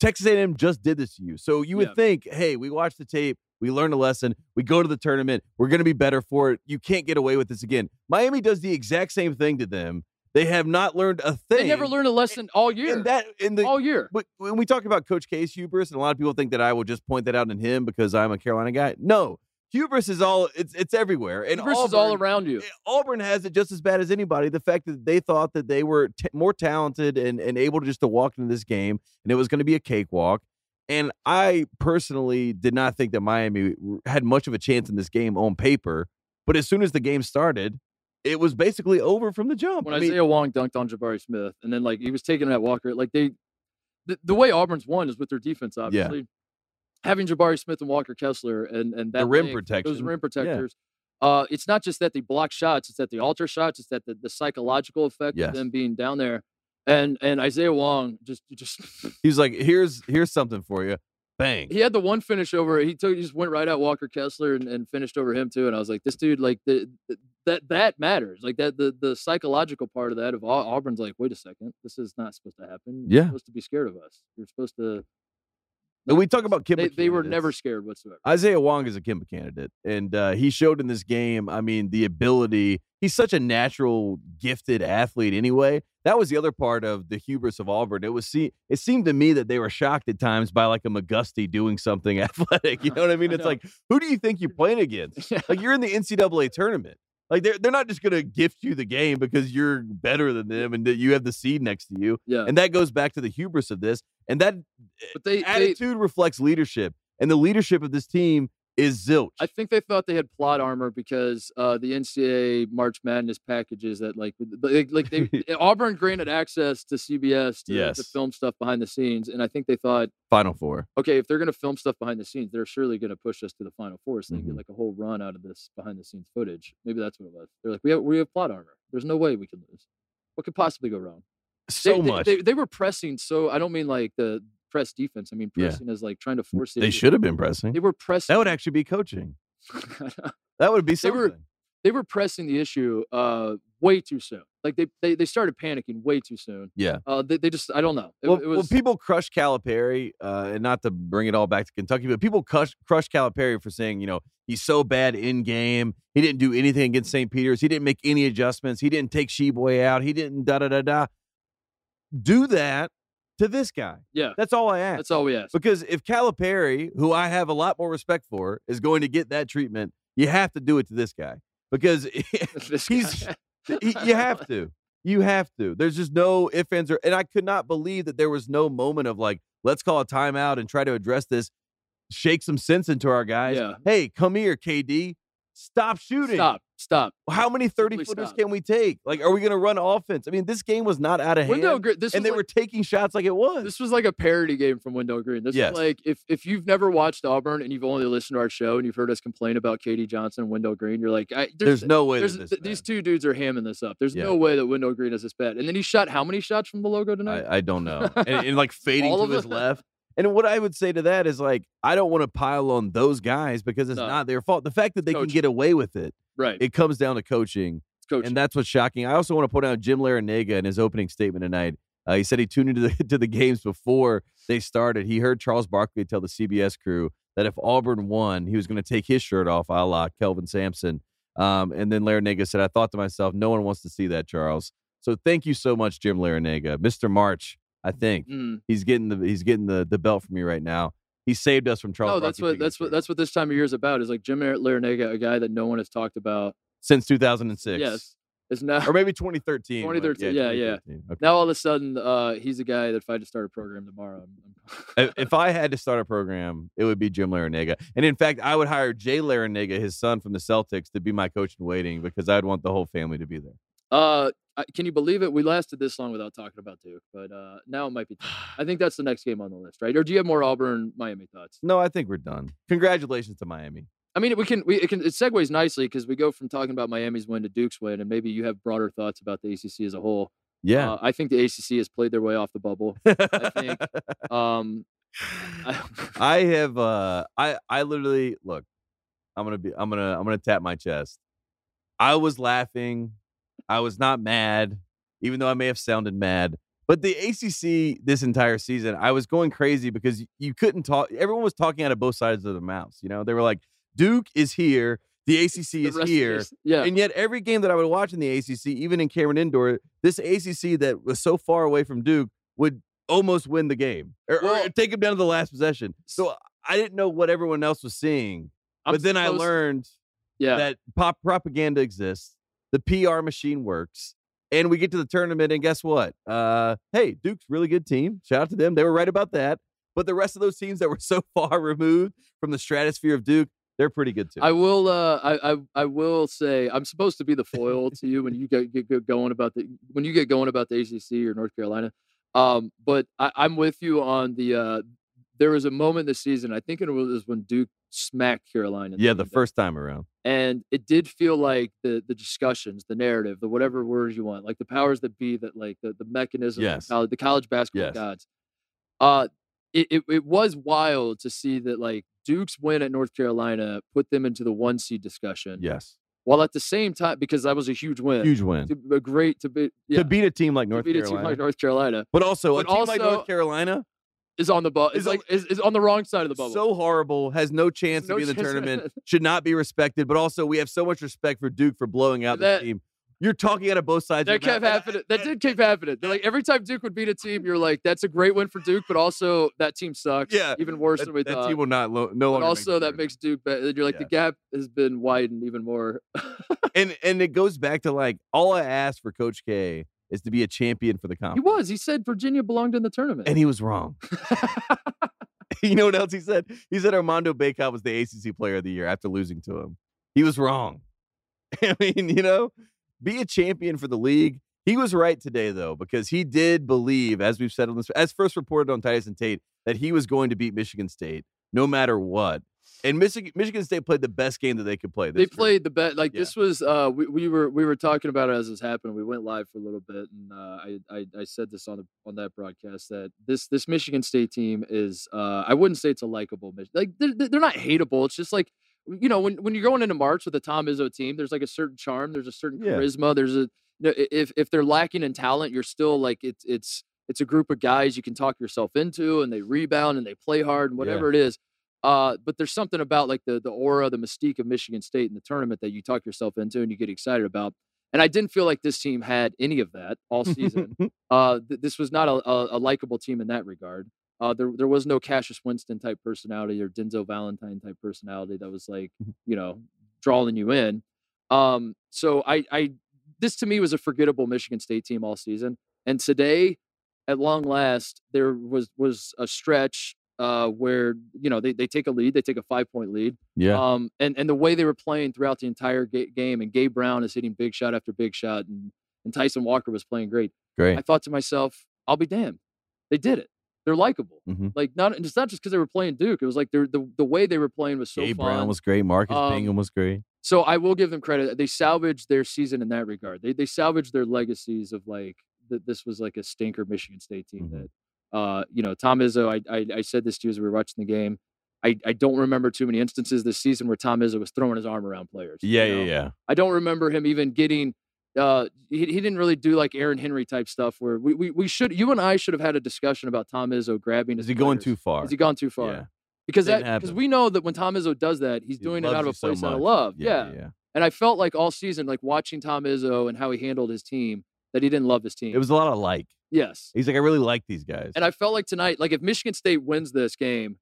S4: Texas A&M just did this to you, so you would
S3: Yeah.
S4: think, hey, we watched the tape, we learned a lesson, we go to the tournament, we're going to be better for it. You can't get away with this again. Miami does the exact same thing to them. They have not learned a thing.
S3: They never learned a lesson all year.
S4: in that in the
S3: all year.
S4: but when we talk about Coach K's hubris, and a lot of people think that I will just point that out in him because I'm a Carolina guy. No, hubris is all it's it's everywhere, and
S3: Hubris is all
S4: Auburn-
S3: around you.
S4: Eh, Auburn has it just as bad as anybody. The fact that they thought that they were t- more talented and and able to just to walk into this game and it was going to be a cakewalk. And I personally did not think that Miami had much of a chance in this game on paper. But as soon as the game started, it was basically over from the jump.
S3: when
S4: I mean,
S3: Isaiah Wong dunked on Jabari Smith, and then like he was taking that Walker, like they, the, the way Auburn's won is with their defense, obviously. Having Jabari Smith and Walker Kessler and and that
S4: The rim
S3: length, those
S4: protection,
S3: rim protectors. Uh, it's not just that they block shots; it's that they alter shots; it's that the, the psychological effect
S4: Yes.
S3: of them being down there, and and Isaiah Wong just just
S4: he's like, "Here's here's something for you." Bang.
S3: he had the one finish over. He took he just went right at Walker Kessler and, and finished over him too. And I was like, this dude, like the, th- that that matters. Like that the the psychological part of that of Au- Auburn's like, wait a second, this is not supposed to happen. You're
S4: Yeah.
S3: supposed to be scared of us. You're supposed to.
S4: And we talk about Kimba
S3: They, they were
S4: candidates.
S3: never scared whatsoever.
S4: Isaiah Wong is a Kimba candidate, and uh, he showed in this game. I mean, the ability. He's such a natural, gifted athlete. Anyway, that was the other part of the hubris of Auburn. It was see. It seemed to me that they were shocked at times by like a McGusty doing something athletic. You know what I mean?
S3: I
S4: It's
S3: know.
S4: like, who do you think you're playing against?
S3: Yeah.
S4: Like you're in the NCAA tournament. Like they're they're not just gonna gift you the game because you're better than them and that you have the seed next to you.
S3: yeah.
S4: And that goes back to the hubris of this. And that
S3: But they, they
S4: attitude reflects leadership, and the leadership of this team is zilch.
S3: I think they thought they had plot armor because uh, the NCAA March Madness packages that like th- like, like they Auburn granted access to CBS to, to
S4: Yes.
S3: film stuff behind the scenes, and I think they thought,
S4: Final four.
S3: okay, if they're going to film stuff behind the scenes, they're surely going to push us to the final four, so they
S4: Mhm.
S3: get like a whole run out of this behind the scenes footage. Maybe that's what it was. They're like, we have we have plot armor. There's no way we can lose. What could possibly go wrong? They-
S4: So
S3: they,
S4: much.
S3: They, they, were pressing. So I don't mean like the press defense. I mean
S4: Yeah.
S3: pressing is like trying to force it.
S4: They should have been pressing.
S3: They were pressing.
S4: That would actually be coaching.
S3: would.
S4: That would be
S3: They
S4: something.
S3: were- they were pressing the issue uh, way too soon. Like they, they they started panicking way too soon.
S4: Yeah.
S3: Uh, they, they just I don't know. It,
S4: well,
S3: it
S4: well,
S3: was
S4: people crush Calipari, uh, and not to bring it all back to Kentucky, but people crush, crush Calipari for saying, you know, he's so bad in game. He didn't do anything against St. Peter's. He didn't make any adjustments. He didn't take Sheboy out. He didn't da da da da. Do that to this guy.
S3: Yeah.
S4: That's all I ask.
S3: that's all we asked.
S4: Because if Calipari, who I have a lot more respect for, is going to get that treatment, you have to do it to this guy because he,
S3: This
S4: he's-
S3: guy.
S4: you have to. You have to. There's just no ifs, ands, or and I could not believe that there was no moment of like, let's call a timeout and try to address this, shake some sense into our guys.
S3: Yeah.
S4: Hey, come here, KD. Stop shooting.
S3: Stop. Stop.
S4: How many 30
S3: Simply
S4: footers
S3: stop.
S4: can we take? Like, are we going to run offense? I mean, this game was not out of hand.
S3: Window Green. This
S4: and
S3: was
S4: they
S3: like,
S4: were taking shots like it was.
S3: this was like a parody game from Window Green. This
S4: Yes.
S3: is like if if you've never watched Auburn and you've only listened to our show and you've heard us complain about Katie Johnson and Window Green, you're like, I,
S4: there's, no way. that
S3: there's,
S4: this
S3: th- these
S4: man-
S3: two dudes are hamming this up. There's
S4: Yeah.
S3: no way that Window Green is this bad. And then he shot how many shots from the logo tonight?
S4: I, uh, I don't know. And, and like fading
S3: All
S4: to
S3: of
S4: his
S3: it?
S4: left. And what I would say to that is like, I don't want to pile on those guys because it's
S3: No.
S4: not their fault. The fact that they can
S3: Coaching.
S4: get away with it,
S3: right.
S4: it comes down to coaching.
S3: coaching.
S4: and that's what's shocking. I also want to point out Jim Larinaga in his opening statement tonight. Uh, he said he tuned into the, to the games before they started. He heard Charles Barkley tell the CBS crew that if Auburn won, he was going to take his shirt off, a la Kelvin Sampson. Um, and then Larinaga said, "I thought to myself, no one wants to see that, Charles. So thank you so much, Jim Larinaga, Mr. March. I think
S3: Mm.
S4: he's getting the he's getting the the belt from me right now. He saved us from Charles.
S3: No, Oh, that's
S4: Barkley
S3: what
S4: taking
S3: that's
S4: his
S3: what
S4: shirt
S3: that's what this time of year is about. Is like Jim Larinaga, a guy that no one has talked about,
S4: since 2006.
S3: Yes. is now
S4: or maybe 2013. like,
S3: 2013, yeah, yeah.
S4: 2013. Okay.
S3: now all of a sudden uh, he's a guy that if I just start a program tomorrow, I'm, I'm
S4: if if I had to start a program, it would be Jim Larinaga. And in fact, I would hire Jay Larinaga, his son from the Celtics, to be my coach in waiting because I'd want the whole family to be there.
S3: Uh, I- can you believe it? We lasted this long without talking about Duke, but uh, now it might be. time. I think that's the next game on the list, right? Or do you have more Auburn Miami thoughts?
S4: No, I think we're done. Congratulations to Miami.
S3: I mean, we can we it can it segues nicely because we go from talking about Miami's win to Duke's win, and maybe you have broader thoughts about the ACC as a whole.
S4: Yeah.
S3: Uh, I think the ACC has played their way off the bubble. I think. Um, I-
S4: I have uh I I literally look, I'm gonna be I'm gonna I'm gonna tap my chest. I was laughing. I was not mad, even though I may have sounded mad. But the ACC this entire season, I was going crazy because you couldn't talk. Everyone was talking out of both sides of their mouths. You know, they were like, "Duke is here, the ACC
S3: the
S4: is
S3: rest of
S4: here,"
S3: this- yeah.
S4: and yet every game that I would watch in the ACC, even in Cameron Indoor, this ACC that was so far away from Duke would almost win the game or, or
S3: Well-
S4: take him down to the last possession. So I didn't know what everyone else was seeing,
S3: I'm
S4: but then I
S3: supposed-
S4: learned
S3: Yeah.
S4: that pop propaganda exists, the PR machine works, and we get to the tournament. And guess what? Uh, hey, Duke's really good team. Shout out to them; they were right about that. But the rest of those teams that were so far removed from the stratosphere of Duke, they're pretty good too.
S3: I will. Uh, I, I I will say I'm supposed to be the foil to you when you get, get, get going about the when you get going about the ACC or North Carolina. Um, but I, I'm with you on the. Uh, there was a moment this season. I think it was when Duke smacked Carolina. in
S4: yeah, the
S3: game.
S4: first time around.
S3: and it did feel like the the discussions, the narrative, the whatever words you want, like the powers that be, that like the the mechanism, of
S4: Yes.
S3: college, the college basketball
S4: Yes.
S3: gods. Uh, it, it it was wild to see that like Duke's win at North Carolina put them into the one seed discussion,
S4: Yes,
S3: while at the same time because that was a huge win,
S4: huge win.
S3: To- a great to be yeah,
S4: to beat a team like
S3: to
S4: North
S3: beat a team
S4: Carolina.
S3: like North Carolina
S4: but also, a
S3: But
S4: team like
S3: also-
S4: North Carolina
S3: is on the bubble, is
S4: Is a-
S3: like is, is on the wrong side of the bubble.
S4: so horrible, has no chance
S3: No
S4: to be in the
S3: chance.
S4: tournament, should not be respected. But also, we have so much respect for Duke for blowing out
S3: That-
S4: this team. You're talking out of both sides.
S3: That
S4: of your
S3: kept
S4: mouth.
S3: happening. That did keep happening. They're like every time Duke would beat a team, you're like, "That's a great win for Duke," but also that team sucks.
S4: Yeah,
S3: even worse
S4: That,
S3: than we
S4: that
S3: thought.
S4: team will not lo- no longer. make
S3: but
S4: the
S3: also that
S4: tournament.
S3: makes Duke better. You're like the gap has been widened even more.
S4: and and it goes back to like all I asked for Coach K is to be a champion for the
S3: He
S4: conference,
S3: was. He said Virginia belonged in the tournament.
S4: and he was wrong. you know what else he said? He said Armando Bacot was the ACC player of the year after losing to him. He was wrong. I mean, you know, be a champion for the league. He was right today, though, because he did believe, as we've said on this, as first reported on Titus and Tate, that he was going to beat Michigan State no matter what. And Michigan, Michigan State played the best game that they could play.
S3: they
S4: this tournament.
S3: played the bet. Like
S4: Yeah.
S3: this was. Uh, we, we were we were talking about it as this happened. We went live for a little bit, and uh, I, I I said this on the on that broadcast that this this Michigan State team is. Uh, I wouldn't say it's a likable. Mich- Like they're, they're they're not hateable. It's just like you know when when you're going into March with a Tom Izzo team, there's like a certain charm. There's a certain
S4: Yeah.
S3: charisma. There's a you know, i- if if they're lacking in talent, you're still like it's it's it's a group of guys you can talk yourself into, and they rebound and they play hard and
S4: Yeah.
S3: whatever it is. Uh, but there's something about like the the aura, the mystique of Michigan State in the tournament that you talk yourself into and you get excited about. And I didn't feel like this team had any of that all season. uh, th- this was not a, a, a likable team in that regard. Uh, there there was no Cassius Winston type personality or Denzel Valentine type personality that was like you know drawing you in. Um, so I I this to me was a forgettable Michigan State team all season. And today, at long last, there was was a stretch uh, where you know they, they take a lead, they take a five point lead,
S4: yeah.
S3: um, and and the way they were playing throughout the entire ga- game, and Gabe Brown is hitting big shot after big shot, and and Tyson Walker was playing great.
S4: Great.
S3: I thought to myself, I'll be damned, they did it. They're likable.
S4: Mhm.
S3: Like not, and it's not just because they were playing Duke. It was like they're- the the way they were playing was so
S4: Gabe
S3: fun.
S4: Brown was great. Marcus
S3: Um,
S4: Bingham was great.
S3: So I will give them credit. They salvaged their season in that regard. They they salvaged their legacies of like that this was like a stinker Michigan State team
S4: Mhm.
S3: that uh you know Tom Izzo. I, I I said this to you as we were watching the game. I, I don't remember too many instances this season where Tom Izzo was throwing his arm around players. you know?
S4: yeah.
S3: I don't remember him even getting uh, he, he didn't really do like Aaron Henry type stuff where we, we, we should you and I should have had a discussion about Tom Izzo grabbing.
S4: Is
S3: his
S4: he going
S3: players.
S4: too far?
S3: Has he gone too far?
S4: Yeah.
S3: Because
S4: Didn't
S3: that because
S4: happen.
S3: we know that when Tom Izzo does that, he's
S4: He
S3: doing it
S4: loves
S3: out
S4: you
S3: of a
S4: so
S3: place out of
S4: much.
S3: love.
S4: yeah. yeah.
S3: And I felt like all season, like watching Tom Izzo and how he handled his team, that he didn't love his team.
S4: It was a lot of like.
S3: yes.
S4: He's like, I really like these guys.
S3: And I felt like tonight, like if Michigan State wins this game,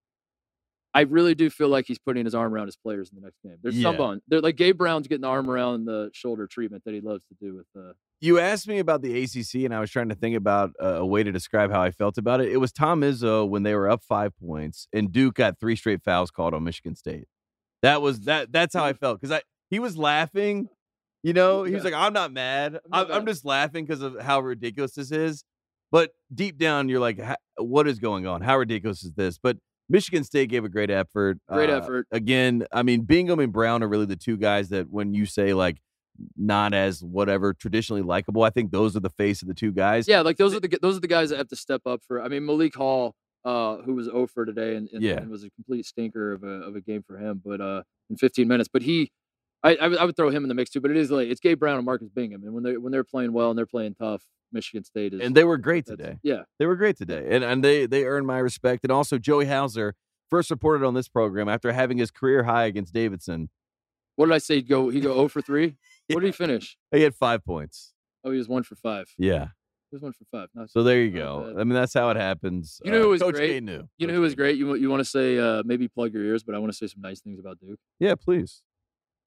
S3: I really do feel like he's putting his arm around his players in the next game. There's
S4: Yeah.
S3: someone. They're like Gabe Brown's getting the arm around the shoulder treatment that he loves to do with uh, the
S4: you asked me about the ACC, and I was trying to think about uh, a way to describe how I felt about it. It was Tom Izzo when they were up five points, and Duke got three straight fouls called on Michigan State. That was that. That's how I felt because I he was laughing. You know, he was
S3: Yeah.
S4: like, "I'm not mad.
S3: I'm
S4: I'm,
S3: not
S4: I'm
S3: mad."
S4: just laughing because of how ridiculous this is." But deep down, you're like, "Ha- "What is going on? How ridiculous is this?" But Michigan State gave a great effort.
S3: great
S4: uh,
S3: effort.
S4: again, I mean, Bingham and Brown are really the two guys that when you say like not as whatever traditionally likable, I think those are the face of the two guys.
S3: Yeah, like those are the g- those are the guys that have to step up for. I mean, Malik Hall, uh, who was 0 for today, and, and,
S4: Yeah.
S3: and was a complete stinker of a of a game for him. But uh, in 15 minutes, but he, I, I would- I would throw him in the mix too. But it is like it's Gabe Brown and Marcus Bingham, and when they when they're playing well and they're playing tough, Michigan State is
S4: And they were great
S3: that's-
S4: today.
S3: Yeah,
S4: They were great today. And and they they earned my respect. And also Joey Hauser first reported on this program after having his career high against Davidson.
S3: what did I say? He'd Go he go 0 for three. What did he finish?
S4: He had five points.
S3: Oh, he was one for five. He
S4: Yeah.
S3: was one for five. Not
S4: So there you
S3: Not
S4: go.
S3: bad.
S4: I mean, that's how it happens. Uh,
S3: You know who was
S4: Coach
S3: great?
S4: K knew.
S3: you know
S4: Coach
S3: who was
S4: K.
S3: great? You wa- you want to say uh, maybe plug your ears, but I want to say some nice things about Duke.
S4: Yeah, please.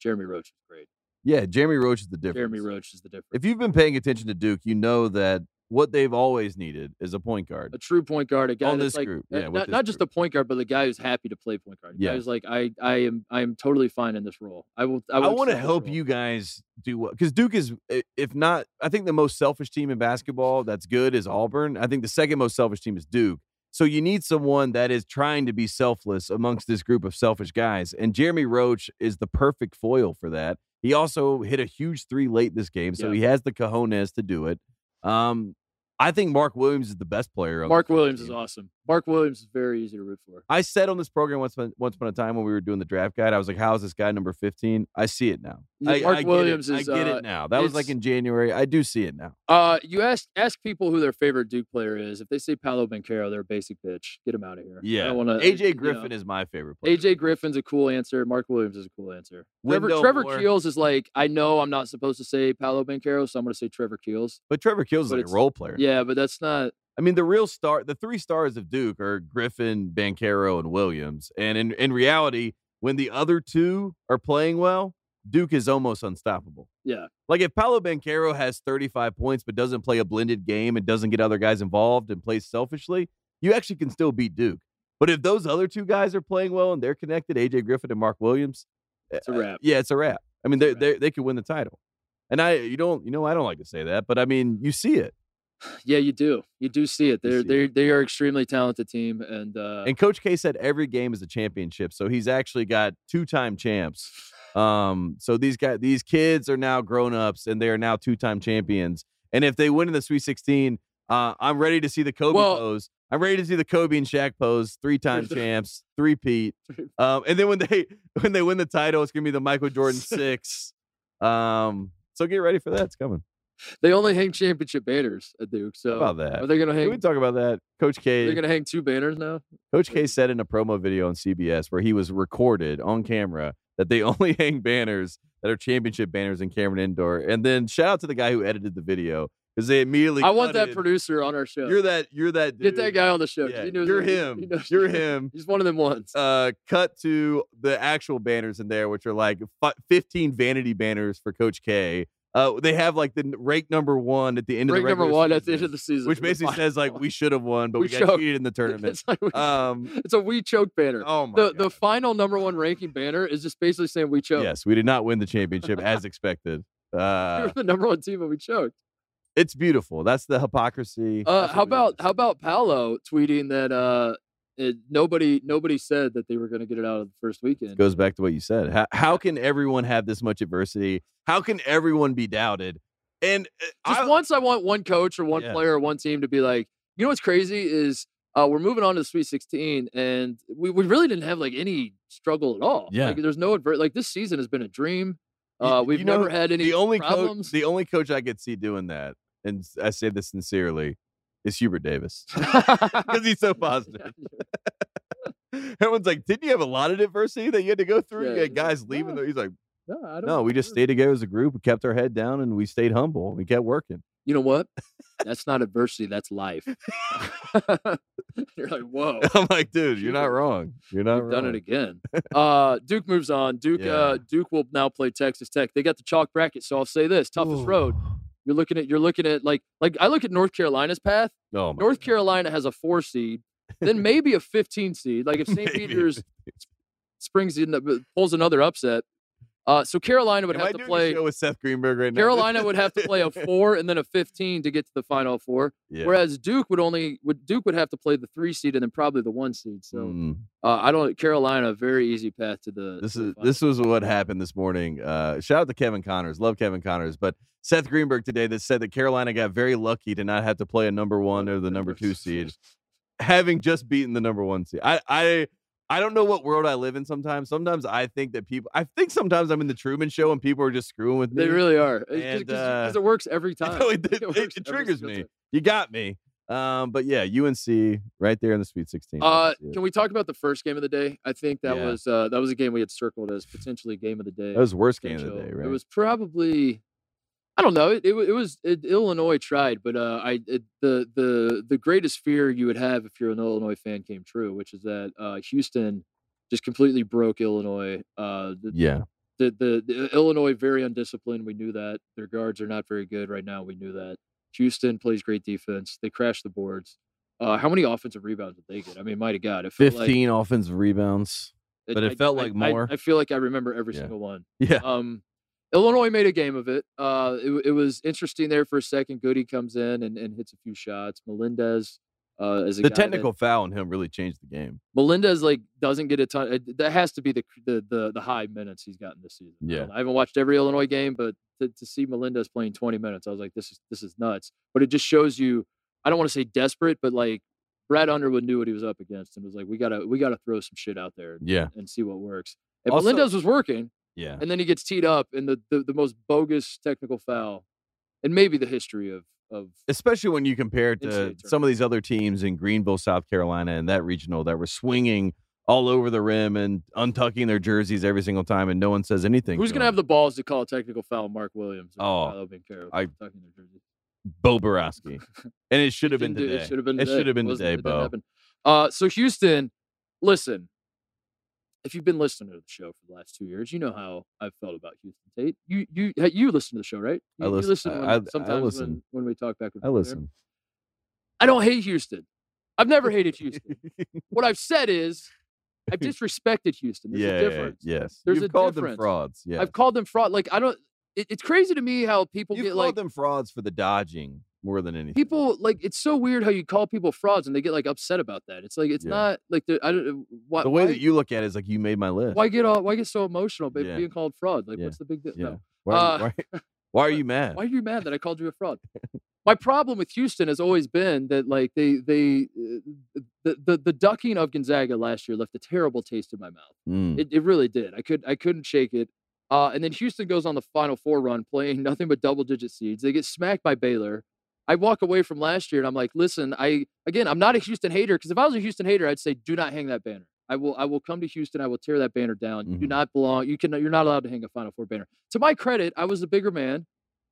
S3: Jeremy Roach is great.
S4: Yeah, Jeremy Roach is the difference.
S3: Jeremy Roach is the difference.
S4: If you've been paying attention to Duke, you know that what they've always needed is a point guard.
S3: a true point guard, a guy
S4: On
S3: that's
S4: this
S3: like,
S4: group,
S3: uh,
S4: yeah, with
S3: not,
S4: this
S3: not just a
S4: group.
S3: point guard, but the guy who's happy to play point guard. The guy
S4: Yeah.
S3: who's like, I, I am, I am totally fine in this role. I will. I,
S4: I
S3: will
S4: want to
S3: accept this
S4: help
S3: role."
S4: you guys do what because Duke is, i- if not, I think the most selfish team in basketball that's good is Auburn. I think the second most selfish team is Duke. So you need someone that is trying to be selfless amongst this group of selfish guys, and Jeremy Roach is the perfect foil for that. He also hit a huge three late this game, so
S3: Yeah.
S4: he has the cojones to do it. Um, I think Mark Williams is the best player. On
S3: Mark
S4: this
S3: Williams is
S4: team.
S3: awesome. Mark Williams is very easy to root for.
S4: I said on this program once upon, once upon a time when we were doing the draft guide, I was like, "How is this guy number 15? I see it now.
S3: Yeah,
S4: I,
S3: Mark
S4: I
S3: Williams
S4: get it.
S3: is,
S4: I get
S3: uh,
S4: it now. That was like
S3: it's-
S4: in January. I do see it now.
S3: Uh, you ask ask people who their favorite Duke player is. If they say Paolo Banquero, they're a basic bitch. Get him out of here. I
S4: Yeah,
S3: don't want to.
S4: AJ Griffin is my favorite. player.
S3: AJ Griffin's a cool answer. Mark Williams is a cool answer. Trevor,
S4: Wendell
S3: Trevor
S4: Moore.
S3: Keels is like, I know I'm not supposed to say Paolo Banquero, so I'm going to say Trevor Keels.
S4: but Trevor Kills is
S3: but
S4: like a
S3: it's-
S4: role player.
S3: Yeah, but that's not.
S4: I mean the real star, the three stars of Duke are Griffin, Bancaro, and Williams. And in in reality, when the other two are playing well, Duke is almost unstoppable.
S3: Yeah,
S4: Like if Paolo Banquero has 35 points but doesn't play a blended game and doesn't get other guys involved and plays selfishly, you actually can still beat Duke. But if those other two guys are playing well and they're connected, AJ Griffin and Mark Williams,
S3: it's a
S4: uh,
S3: wrap.
S4: yeah, it's a wrap. I mean,
S3: It's a
S4: they they
S3: wrap.
S4: they could win the title. And I you don't you know I don't like to say that, but I mean you see it.
S3: Yeah, you do. You do see it.
S4: You
S3: They're
S4: see
S3: they are they are extremely talented team, and uh,
S4: And Coach K said every game is a championship, so he's actually got two time champs. Um, so these guys, these kids are now grown ups and they are now two time champions. And if they win in the Sweet 16, uh, I'm ready to see the Kobe
S3: Well-
S4: pose. I'm ready to see the Kobe and Shaq pose, three time champs, three Pete. Um, and then when they when they win the title, it's gonna be the Michael Jordan six. Um, so get ready for that. It's coming.
S3: they only hang championship banners at Duke. So
S4: about
S3: are
S4: that?
S3: they gonna
S4: Can
S3: hang?
S4: we talk about that? Coach
S3: they're
S4: K.
S3: gonna hang two banners now.
S4: Coach K said in a promo video on CBS where he was recorded on camera that they only hang banners that are championship banners in Cameron Indoor. And then shout out to the guy who edited the video because they immediately.
S3: I want
S4: cut
S3: that
S4: it.
S3: producer on our show.
S4: You're that. You're that.
S3: Get that
S4: dude.
S3: guy on the show. 'cause
S4: Yeah,
S3: he knows
S4: you're
S3: what- he- he
S4: him.
S3: knows-
S4: You're him.
S3: He's one of them ones.
S4: Uh, cut to the actual banners in there, which are like fi- 15 vanity banners for Coach K. Uh, they have like the n- rank number one at the end of
S3: Rank
S4: the
S3: number
S4: regular
S3: one at the end
S4: season,
S3: of the season,
S4: which
S3: the
S4: basically
S3: final
S4: says like
S3: one.
S4: we should have won, but
S3: We
S4: we, got
S3: choked.
S4: cheated in the tournament.
S3: it's, like we-
S4: um,
S3: it's a we choke banner.
S4: oh my
S3: the
S4: God.
S3: the final number one ranking banner is just basically saying we choked.
S4: Yes, we did not win the championship as expected.
S3: We
S4: Uh,
S3: were the number one team, but we choked.
S4: it's beautiful. That's the hypocrisy.
S3: Uh,
S4: That's
S3: how
S4: what we
S3: about
S4: want.
S3: how about Paolo tweeting that uh, it, nobody nobody said that they were going to get it out of the first weekend.
S4: goes back to what you said? How, how can everyone have this much adversity? How can everyone be doubted? And uh,
S3: Just
S4: I,
S3: once, I want one coach or one
S4: Yeah.
S3: player or one team to be like, you know what's crazy is uh, we're moving on to the Sweet 16, and we, we really didn't have like any struggle at all.
S4: Yeah.
S3: Like, there's no advert. Like this season has been a dream. Uh,
S4: You-
S3: we've
S4: you know,
S3: never had any
S4: the only
S3: problems.
S4: coach, the only coach I could see doing that, and s- I say this sincerely, is Hubert Davis because he's so positive. Everyone's like, "Didn't you have a lot of diversity that you had to go through?
S3: Yeah,
S4: you
S3: he's
S4: had
S3: like,
S4: guys leaving."
S3: "No."
S4: He's like,
S3: no, I don't
S4: "No, we just
S3: sure.
S4: stayed together as a group. We kept our head down, and we stayed humble. We kept working."
S3: You know what? That's not adversity. That's life. You're like, whoa.
S4: I'm like, "Dude, you're not
S3: Shoot.
S4: wrong. You're not
S3: We've done
S4: wrong."
S3: it again. Uh, Duke moves on. Duke
S4: Yeah.
S3: uh, Duke will now play Texas Tech. They got the chalk bracket, so I'll say this: toughest
S4: Ooh.
S3: road. You're looking at you're looking at like like I look at North Carolina's path.
S4: Oh my
S3: North
S4: God.
S3: Carolina has a four seed, then maybe a 15 seed. Like if St.
S4: Maybe a
S3: Peter's springs in, uh, pulls another upset, uh, so Carolina would
S4: Am I
S3: have to
S4: doing a
S3: play.
S4: show with Seth Greenberg right now?
S3: Carolina would have to play a four and then a 15 to get to the final four.
S4: Yeah.
S3: Whereas Duke would only would Duke would have to play the three seed and then probably the one seed. So.
S4: Mm.
S3: Uh, I don't. Carolina, very easy path to the.
S4: this
S3: to the
S4: is
S3: final.
S4: this was what happened this morning. Uh, shout out to Kevin Connors, love Kevin Connors, but Seth Greenberg today that said that Carolina got very lucky to not have to play a number one or the number two seed, having just beaten the number one seed. I I I don't know what world I live in. Sometimes, sometimes I think that people. I think sometimes I'm in the Truman Show and people are just screwing with me.
S3: They really are because
S4: And, uh,
S3: it works every time.
S4: know, it- it-
S3: works
S4: it
S3: every
S4: triggers
S3: single
S4: me.
S3: time.
S4: you got me. Um, but yeah, UNC right there in the Sweet 16.
S3: Uh,
S4: That's it.
S3: can we talk about the first game of the day? I think that
S4: Yeah.
S3: was uh, that was a game we had circled as potentially game of the day.
S4: that was the worst game of the
S3: potential.
S4: day, right?
S3: It was probably. I don't know. It, it, wa- it was it, Illinois tried, but uh, I it, the the the greatest fear you would have if you're an Illinois fan came true, which is that uh, Houston just completely broke Illinois. Uh, the,
S4: yeah,
S3: the, the, the Illinois very undisciplined. We knew that their guards are not very good right now. We knew that Houston plays great defense. They crash the boards. Uh, how many offensive rebounds did they get? I mean, mighty God, it felt like-
S4: 15 offensive rebounds. but it
S3: I-
S4: felt
S3: I-
S4: like
S3: I-
S4: more.
S3: I, feel like I remember every
S4: Yeah.
S3: single one.
S4: Yeah.
S3: Um, Illinois made a game of it. Uh, it, w- it was interesting there for a second. Goody comes in and, and hits a few shots. Melendez, uh, as a
S4: the
S3: guy that-
S4: technical foul on him really changed the game.
S3: Melendez like doesn't get a ton. uh, That has to be the the the, the high minutes he's gotten this season. I
S4: Yeah.
S3: don't know. I haven't watched every Illinois game, but to, to see Melendez playing 20 minutes, I was like, this is this is nuts. But it just shows you. I don't want to say desperate, but like Brad Underwood knew what he was up against and was like, we gotta we gotta throw some shit out there
S4: Yeah,
S3: and see what works. And
S4: Also-
S3: Melendez was working,
S4: yeah.
S3: and then he gets teed up in the the, the most bogus technical foul, and maybe the history of of
S4: Especially when you compare it to
S3: NCAA
S4: some of these other teams in Greenville, South Carolina, and that regional that were swinging all over the rim and untucking their jerseys every single time, and no one says anything.
S3: who's gonna have the balls to call a technical foul, Mark Williams. or
S4: Oh,
S3: Paolo Banchero,
S4: I-
S3: tucking their jersey.
S4: Bo Borowski? and it should have been
S3: Didn't do-
S4: today.
S3: It should have been.
S4: It
S3: today.
S4: should have been
S3: Wasn't-
S4: today,
S3: it didn't
S4: Bo.
S3: happen. Uh, so Houston, listen. If you've been listening to the show for the last two years, you know how I've felt about Houston State. You you ha- you listen to the show, right?
S4: I
S3: You, you
S4: listen- I-
S3: when-
S4: I- I
S3: sometimes
S4: listen.
S3: When, when we talk back. and
S4: I
S3: forth there.
S4: listen.
S3: I don't hate Houston. I've never hated Houston. what I've said is, I've disrespected Houston. There's a
S4: yeah,
S3: difference.
S4: yes.
S3: There's
S4: You've
S3: a
S4: called them
S3: difference.
S4: frauds. Yeah,
S3: I've called them fraud. Like I don't. It, it's crazy to me how people
S4: you've
S3: get
S4: called
S3: like
S4: them frauds for the dodging more than anything.
S3: people like it's so weird how you call people frauds and they get like upset about that. It's like it's
S4: Yeah.
S3: not like they're- I don't why,
S4: the way
S3: why-
S4: that you look at it is like you made my list.
S3: why get all why get so emotional about
S4: Yeah.
S3: being called fraud? Like
S4: Yeah.
S3: what's the big deal?
S4: Yeah.
S3: No.
S4: Why, are
S3: Uh,
S4: you- why, why are you mad?
S3: Why are you mad that I called you a fraud? My problem with Houston has always been that like they they uh, the, the the ducking of Gonzaga last year left a terrible taste in my mouth.
S4: Mm.
S3: It, it really did. I could I couldn't shake it. Uh, and then Houston goes on the Final Four run, playing nothing but double digit seeds. They get smacked by Baylor. I walk away from last year and I'm like, listen, I again, I'm not a Houston hater because if I was a Houston hater, I'd say, do not hang that banner. I will I will come to Houston. I will tear that banner down. You do
S4: Mhm.
S3: not belong. You can you're not allowed to hang a Final Four banner. To my credit, I was the bigger man.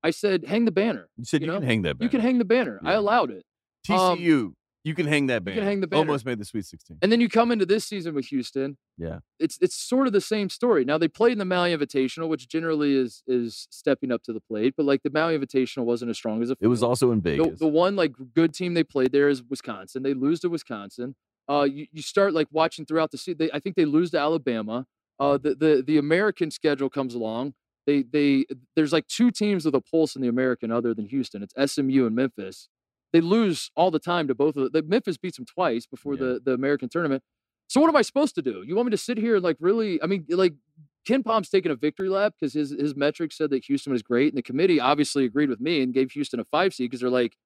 S3: I said, hang the banner.
S4: You said
S3: you
S4: you,
S3: know,
S4: can hang that.
S3: You can
S4: banner.
S3: hang the banner. I
S4: Yeah.
S3: allowed it. um,
S4: TCU. you can hang that
S3: you
S4: banner.
S3: can hang the banner.
S4: Almost made the Sweet 16.
S3: And then you come into this season with Houston.
S4: Yeah.
S3: It's it's sort of the same story. Now they played in the Maui Invitational, which generally is is stepping up to the plate, but like the Maui Invitational wasn't as strong as it.
S4: It was also in
S3: the,
S4: Vegas.
S3: the one like good team they played there is Wisconsin. They lose to Wisconsin. Uh, you, you start like watching throughout the season. They, I think they lose to Alabama. Uh, the, the the American schedule comes along. They they there's like two teams with a pulse in the American other than Houston. It's SMU and Memphis. They lose all the time to both of the Memphis beats them twice before
S4: Yeah.
S3: the the American tournament. So what am I supposed to do? You want me to sit here and like really? I mean, like Ken Palm's taking a victory lap because his his metrics said that Houston was great, and the committee obviously agreed with me and gave Houston a five seed because they're like,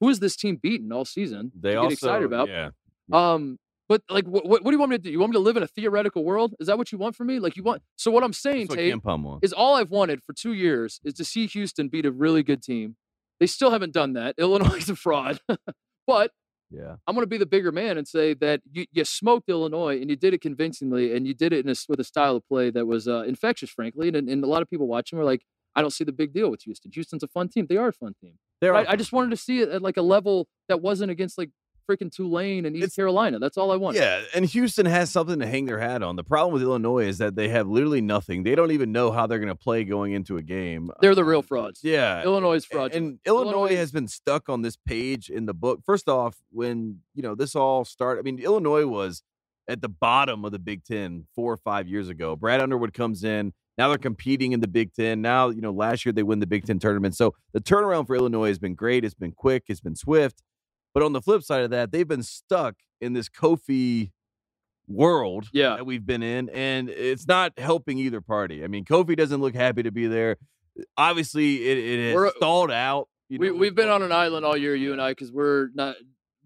S3: who is this team beating all season?
S4: they
S3: to
S4: also
S3: get excited about.
S4: Yeah.
S3: Um, But like, what, what do you want me to do? You want me to live in a theoretical world? Is that what you want from me? Like, you want? So what I'm saying,
S4: That's what
S3: Tate,
S4: Kimpom wants.
S3: is all I've wanted for two years is to see Houston beat a really good team. They still haven't done that. Illinois is a fraud, but
S4: Yeah.
S3: I'm going to be the bigger man and say that you, you smoked Illinois and you did it convincingly and you did it in a s with a style of play that was uh, infectious, frankly. And, and a lot of people watching were like, I don't see the big deal with Houston. Houston's a fun team. They are a fun team.
S4: There
S3: But I, I just wanted to see it at like a level that wasn't against like freaking Tulane and East
S4: It's-
S3: Carolina. That's all I wanted.
S4: Yeah, and Houston has something to hang their hat on. The problem with Illinois is that they have literally nothing. They don't even know how they're going to play going into a game.
S3: They're the real frauds.
S4: Yeah.
S3: Illinois is
S4: A-
S3: fraud.
S4: And Illinois,
S3: Illinois-
S4: has been stuck on this page in the book. First off, when you know this all started, I mean, Illinois was at the bottom of the Big Ten four or five years ago. Brad Underwood comes in. Now they're competing in the Big Ten. Now, you know, last year they win the Big Ten tournament. So the turnaround for Illinois has been great. It's been quick. It's been swift. But on the flip side of that, they've been stuck in this Kofi world
S3: yeah.
S4: that we've been in, and it's not helping either party. I mean, Kofi doesn't look happy to be there. Obviously, it, it has
S3: We're- uh,
S4: stalled out. You
S3: we,
S4: know, uh,
S3: we've been on an island all year, you and I, because we're not.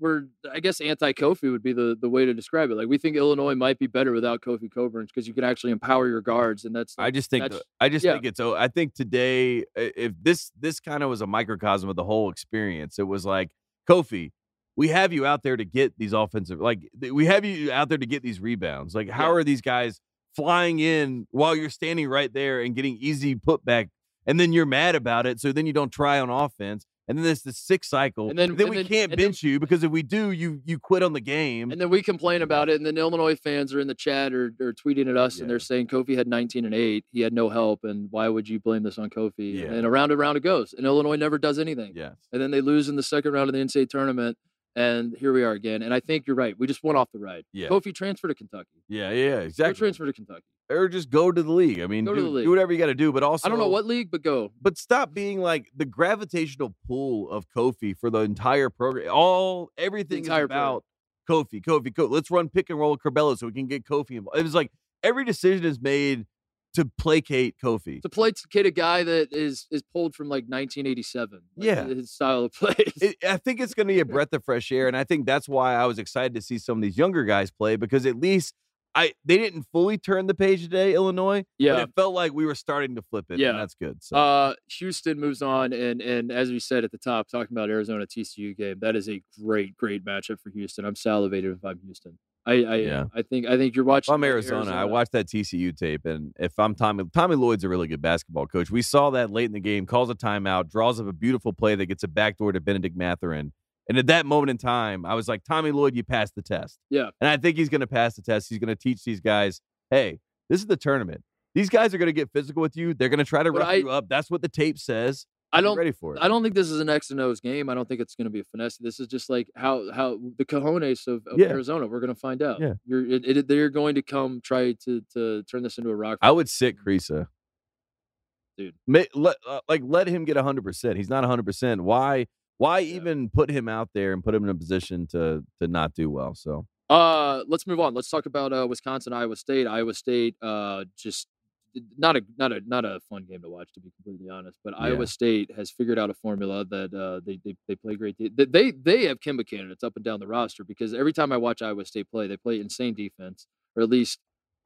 S3: We're, I guess, anti-Kofi would be the, the way to describe it. Like we think Illinois might be better without Kofi Coburn because you can actually empower your guards, and that's.
S4: I just think
S3: That's-
S4: the- I just
S3: yeah.
S4: think it's oh I think today i- if this this kind of was a microcosm of the whole experience it was like Kofi we have you out there to get these offensive like th- we have you out there to get these rebounds like how
S3: Yeah.
S4: are these guys flying in while you're standing right there and getting easy putback and then you're mad about it so then you don't try on offense and then there's the sixth cycle
S3: And then- and
S4: we
S3: then-
S4: can't
S3: and then-
S4: bench you because if we do you you quit on the game
S3: and then we complain about it, and then Illinois fans are in the chat or, or tweeting at us, and
S4: Yeah.
S3: they're saying Kofi had 19 and eight, he had no help, and why would you blame this on Kofi?
S4: Yeah.
S3: And then around and around it goes, and Illinois never does anything.
S4: yes
S3: and then they lose in the second round of the NCAA tournament, and here we are again. And I think you're right. We just went off the ride.
S4: Yeah.
S3: Kofi transferred to Kentucky.
S4: yeah yeah
S3: Go
S4: exactly
S3: transfer to Kentucky.
S4: or just go to the league I mean
S3: Go
S4: do,
S3: to the league.
S4: do whatever you got to do but also
S3: I don't know what league, but go.
S4: but stop being like the gravitational pull of Kofi for the entire program. All everything
S3: entire
S4: is about Kofi, Kofi, Kofi. Let's run pick and roll with Corbella so we can get Kofi involved. It was like every decision is made to placate Kofi.
S3: to play to kid a guy that is is pulled from like 1987. like,
S4: Yeah.
S3: his style of play. is-
S4: It, I think it's going to be a breath of fresh air, and I think that's why I was excited to see some of these younger guys play because at least I they didn't fully turn the page today, Illinois. but
S3: yeah.
S4: it felt like we were starting to flip it.
S3: Yeah.
S4: and that's good. So
S3: Uh, Houston moves on, and and as we said at the top, talking about Arizona TCU game, that is a great great matchup for Houston. I'm salivated if I'm Houston. I I,
S4: Yeah.
S3: I think I think you're watching.
S4: If I'm Arizona, I watched that TCU tape, and if I'm Tommy, Tommy Lloyd's a really good basketball coach. We saw that late in the game, calls a timeout, draws up a beautiful play that gets a backdoor to Benedict Matherin. And at that moment in time, I was like, Tommy Lloyd, you passed the test.
S3: Yeah.
S4: And I think he's going to pass the test. He's going to teach these guys, hey, this is the tournament. These guys are going to get physical with you. They're going to try to
S3: But
S4: rough
S3: I-
S4: you up. That's what the tape says.
S3: I
S4: Be
S3: don't
S4: ready for it.
S3: I don't think this is an X and O's game. I don't think it's going to be a finesse. This is just like how how the cojones of, of
S4: Yeah.
S3: Arizona. We're going to find out.
S4: Yeah.
S3: You're it, it, they're going to come try to to turn this into a rock.
S4: I would sit Creasa.
S3: Mm-hmm. Dude.
S4: Ma- let, uh, like let him get 100%. He's not 100%. Why why
S3: Yeah.
S4: even put him out there and put him in a position to to not do well? So,
S3: Uh, let's move on. Let's talk about uh, Wisconsin, Iowa State. Iowa State, uh, just not a not a not a fun game to watch, to be completely honest. But
S4: Yeah.
S3: Iowa State has figured out a formula that uh, they, they they play great. De- they- they they have Kimba candidates up and down the roster because every time I watch Iowa State play, they play insane defense, or at least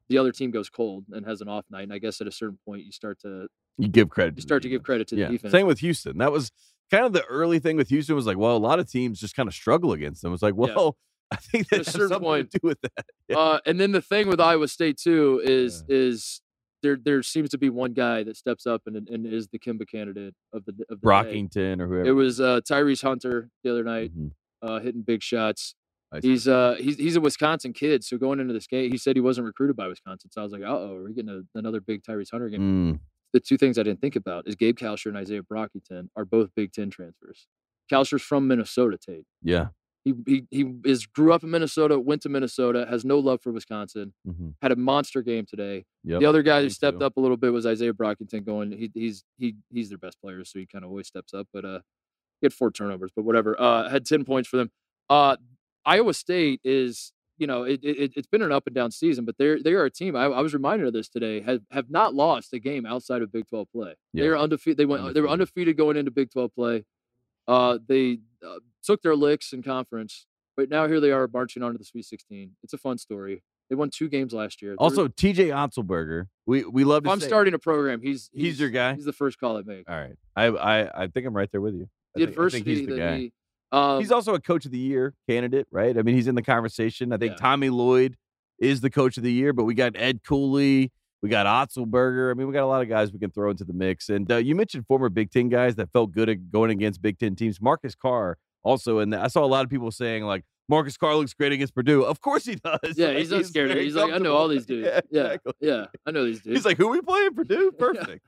S3: the other team goes cold and has an off night. And I guess at a certain point, you start to
S4: you give credit.
S3: you
S4: the
S3: start to give
S4: defense.
S3: credit to the defense.
S4: Same with Houston. That was kind of the early thing with Houston was like, well, a lot of teams just kind of struggle against them. It's like,
S3: Yeah.
S4: well, I think
S3: At a
S4: that has
S3: certain
S4: something
S3: point-
S4: to do with that. Yeah.
S3: Uh, and then the thing with Iowa State too is is there there seems to be one guy that steps up and and is the Kimba candidate of the of the day.
S4: Brockington or
S3: It
S4: whoever.
S3: was uh, Tyrese Hunter the other night
S4: Mhm.
S3: uh, hitting big shots.
S4: I see.
S3: He's uh he's he's a Wisconsin kid, so going into this game, he said he wasn't recruited by Wisconsin. So I was like, uh oh, are we getting a, another big Tyrese Hunter game?
S4: Mm.
S3: The two things I didn't think about is Gabe Kalsher and Isaiah Brockington are both Big Ten transfers. Kalsher's from Minnesota, Tate.
S4: Yeah.
S3: He, he he is grew up in Minnesota, went to Minnesota, has no love for Wisconsin
S4: Mm-hmm.
S3: had a monster game today.
S4: Yep.
S3: The other guy who
S4: me
S3: stepped
S4: too.
S3: up a little bit was Isaiah Brockington. Going, he, he's he he's their best player, so he kind of always steps up. But uh, he had four turnovers, but whatever. Uh, had ten points for them. Uh, Iowa State is you know it, it it's been an up and down season, but they're they are a team. I, I was reminded of this today. Have have not lost a game outside of Big Twelve play.
S4: Yeah.
S3: They're undefeated. They went they were
S4: Undefeated.
S3: undefeated going into Big Twelve play. Uh, they uh, took their licks in conference. But now here they are marching on to the Sweet 16. It's a fun story. They won two games last year. They're-
S4: Also, TJ Otzelberger. We we love
S3: if
S4: to
S3: I'm
S4: say-
S3: starting a program. He's,
S4: He's your guy?
S3: He's the first call I make.
S4: All right. I I I think I'm right there with you. I think- I
S3: The
S4: think
S3: adversity
S4: he's the
S3: that
S4: guy.
S3: he. Um,
S4: he's also a coach of the year candidate, right? I mean, he's in the conversation. I think
S3: Yeah.
S4: Tommy Lloyd is the coach of the year, but we got Ed Cooley, we got Otzelberger. I mean, we got a lot of guys we can throw into the mix. And uh, you mentioned former Big Ten guys that felt good at going against Big Ten teams. Marcus Carr also, and I saw a lot of people saying like Marcus Carr looks great against Purdue. Of course he does.
S3: yeah,
S4: Like,
S3: he's not scared. of it.
S4: very
S3: He's like, I know all these
S4: comfortable.
S3: dudes. Yeah, yeah,
S4: exactly.
S3: I know these dudes.
S4: He's like, who we playing? Purdue.
S3: Yeah.
S4: Perfect.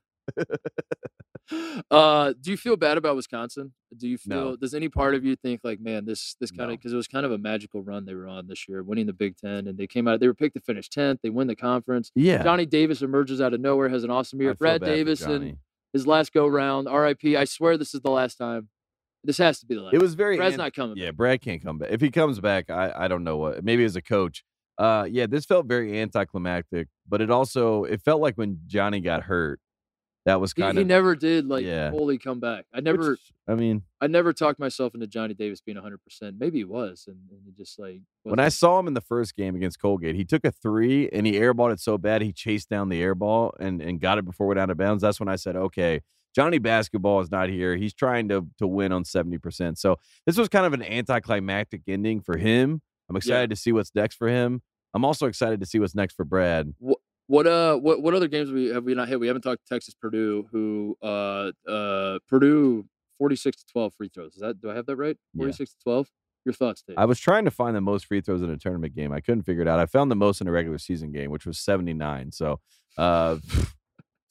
S3: uh, do you feel bad about Wisconsin? Do you feel?
S4: No.
S3: Does any part of you think like, man, this this kind
S4: No.
S3: of because it was kind of a magical run they were on this year, winning the Big Ten, and they came out. They were picked to finish tenth. They win the conference.
S4: Yeah.
S3: Johnny Davis emerges out of nowhere, has an awesome
S4: I
S3: year.
S4: feel
S3: Brad
S4: bad for
S3: Davis
S4: Johnny.
S3: and his last go round. R.I.P. I swear this is the last time. This has to be the last.
S4: it was very
S3: Brad's
S4: anti-
S3: not coming.
S4: Yeah, Brad can't come back. If he comes back, I, I don't know what. Maybe as a coach. Uh, yeah, this felt very anticlimactic, but it also it felt like when Johnny got hurt, that was
S3: He,
S4: kind
S3: he
S4: of.
S3: never did like
S4: Yeah.
S3: fully come back. I
S4: which,
S3: never,
S4: I mean,
S3: I never talked myself into Johnny Davis being 100. percent Maybe he was, and, and he just like
S4: when I saw him in the first game against Colgate, he took a three and he airballed it so bad he chased down the airball and and got it before it went out of bounds. That's when I said, okay, Johnny basketball is not here. He's trying to to win on seventy percent. So this was kind of an anticlimactic ending for him. I'm excited to see what's next for him. I'm also excited to see what's next for Brad.
S3: What uh what what other games we have we not hit? We haven't talked Texas Purdue, who uh uh Purdue forty six to twelve free throws. Is that do I have that right?
S4: Yeah.
S3: Forty six to twelve? Your thoughts, Dave.
S4: I was trying to find the most free throws in a tournament game. I couldn't figure it out. I found the most in a regular season game, which was 79. So, uh,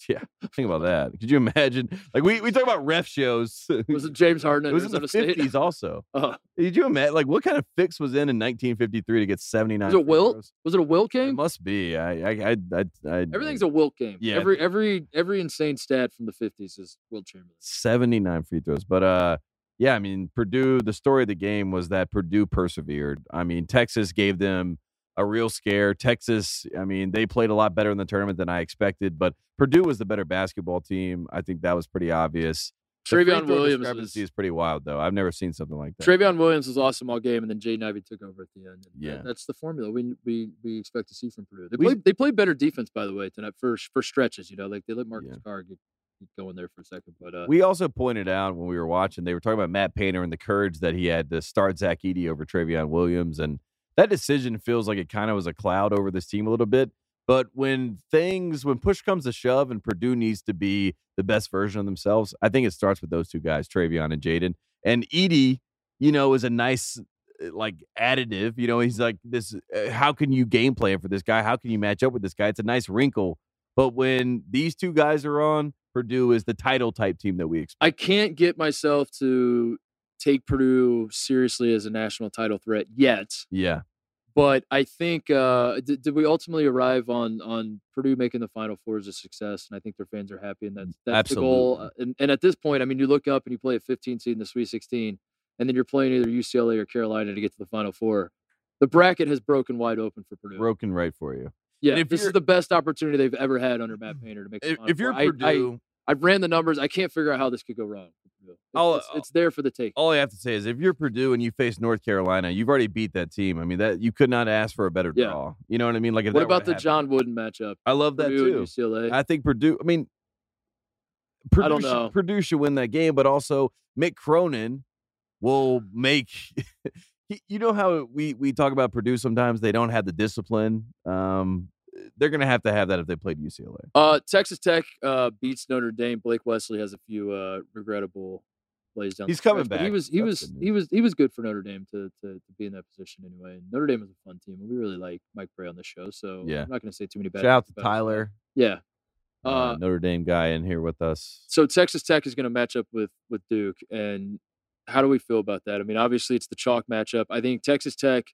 S4: yeah, think about that. Could you imagine? Like, we, we talk about ref shows. it
S3: was it James Harden at
S4: was in the
S3: Arizona State?
S4: 50s also.
S3: Uh,
S4: Did you imagine? Like, what kind of fix was in in 1953 to get 79?
S3: Was it
S4: free
S3: Wilt?
S4: throws?
S3: was it a Wilt
S4: It
S3: game?
S4: must be. I, I, I, I, I
S3: Everything's a Wilt game.
S4: Yeah.
S3: Every every every insane stat from the fifties is Wilt Chamberlain.
S4: 79 free throws. But uh yeah, I mean Purdue, the story of the game was that Purdue persevered. I mean, Texas gave them a real scare. Texas, I mean, they played a lot better in the tournament than I expected, but Purdue was the better basketball team. I think that was pretty obvious. The free
S3: Travion
S4: throw
S3: Williams was
S4: discrepancy is pretty wild though. I've never seen something like that.
S3: Travion Williams was awesome all game, and then Jaden Ivey took over at the end. and that-
S4: Yeah.
S3: that's the formula we we, we expect to see from Purdue. They
S4: We-
S3: played they played better defense, by the way, tonight for for stretches. You know, like they let Marcus
S4: Yeah.
S3: Carr get, get going there for a second, but uh,
S4: we also pointed out when we were watching, they were talking about Matt Painter and the courage that he had to start Zach Eady over Travion Williams. And that decision feels like it kind of was a cloud over this team a little bit. But when things, when push comes to shove and Purdue needs to be the best version of themselves, I think it starts with those two guys, Travion and Jaden. And Edie, you know, is a nice, uh, like, additive. You know, he's like, this, uh, how can you game plan for this guy? How can you match up with this guy? It's a nice wrinkle. But when these two guys are on, Purdue is the title type team that we expect.
S3: I can't get myself to take Purdue seriously as a national title threat yet.
S4: Yeah.
S3: But I think uh, did, did we ultimately arrive on on Purdue making the Final Four as a success, and I think their fans are happy, and that's that's the goal. Uh,
S4: Absolutely.
S3: And, and at this point, I mean, you look up and you play a 15 seed in the Sweet 16, and then you're playing either UCLA or Carolina to get to the Final Four. The bracket has broken wide open for Purdue.
S4: Broken right for you.
S3: yeah,
S4: and if
S3: this is
S4: you're- Mm-hmm.
S3: the best opportunity they've ever had under Matt Painter to make. The
S4: If,
S3: Final
S4: if you're
S3: Four. Uh, I- I-
S4: Purdue,
S3: I ran the numbers. I can't figure out how this could go wrong. for Purdue. It's,
S4: I'll-
S3: it's, it's there for the take.
S4: all I have to say is if you're Purdue and you face North Carolina, you've already beat that team. I mean, that you could not ask for a better
S3: Yeah.
S4: draw. You know what I mean? Like, if
S3: What
S4: that were to
S3: about the
S4: happen-
S3: John Wooden matchup?
S4: I love that
S3: Purdue
S4: too.
S3: and UCLA.
S4: I think Purdue. I mean, Purdue
S3: I don't
S4: should-
S3: know.
S4: Purdue should win that game, but also Mick Cronin will make. He- you know how we we talk about Purdue sometimes they don't have the discipline. Um, they're gonna have to have that if they played UCLA.
S3: Uh, Texas Tech uh, beats Notre Dame. Blake Wesley has a few uh, regrettable plays down. the
S4: He's coming
S3: stretch, but He
S4: back.
S3: was he
S4: That's
S3: was
S4: good
S3: he was he was good for Notre Dame to, to to be in that position anyway. And Notre Dame is a fun team, and we really like Mike Bray on the show. So
S4: Yeah.
S3: I'm not going to say too many bad.
S4: Shout out
S3: things
S4: to
S3: about him.
S4: Tyler,
S3: Yeah.
S4: uh,
S3: Uh,
S4: Notre Dame guy, in here with us.
S3: so Texas Tech is going to match up with with Duke, and how do we feel about that? I mean, obviously it's the chalk matchup. I think Texas Tech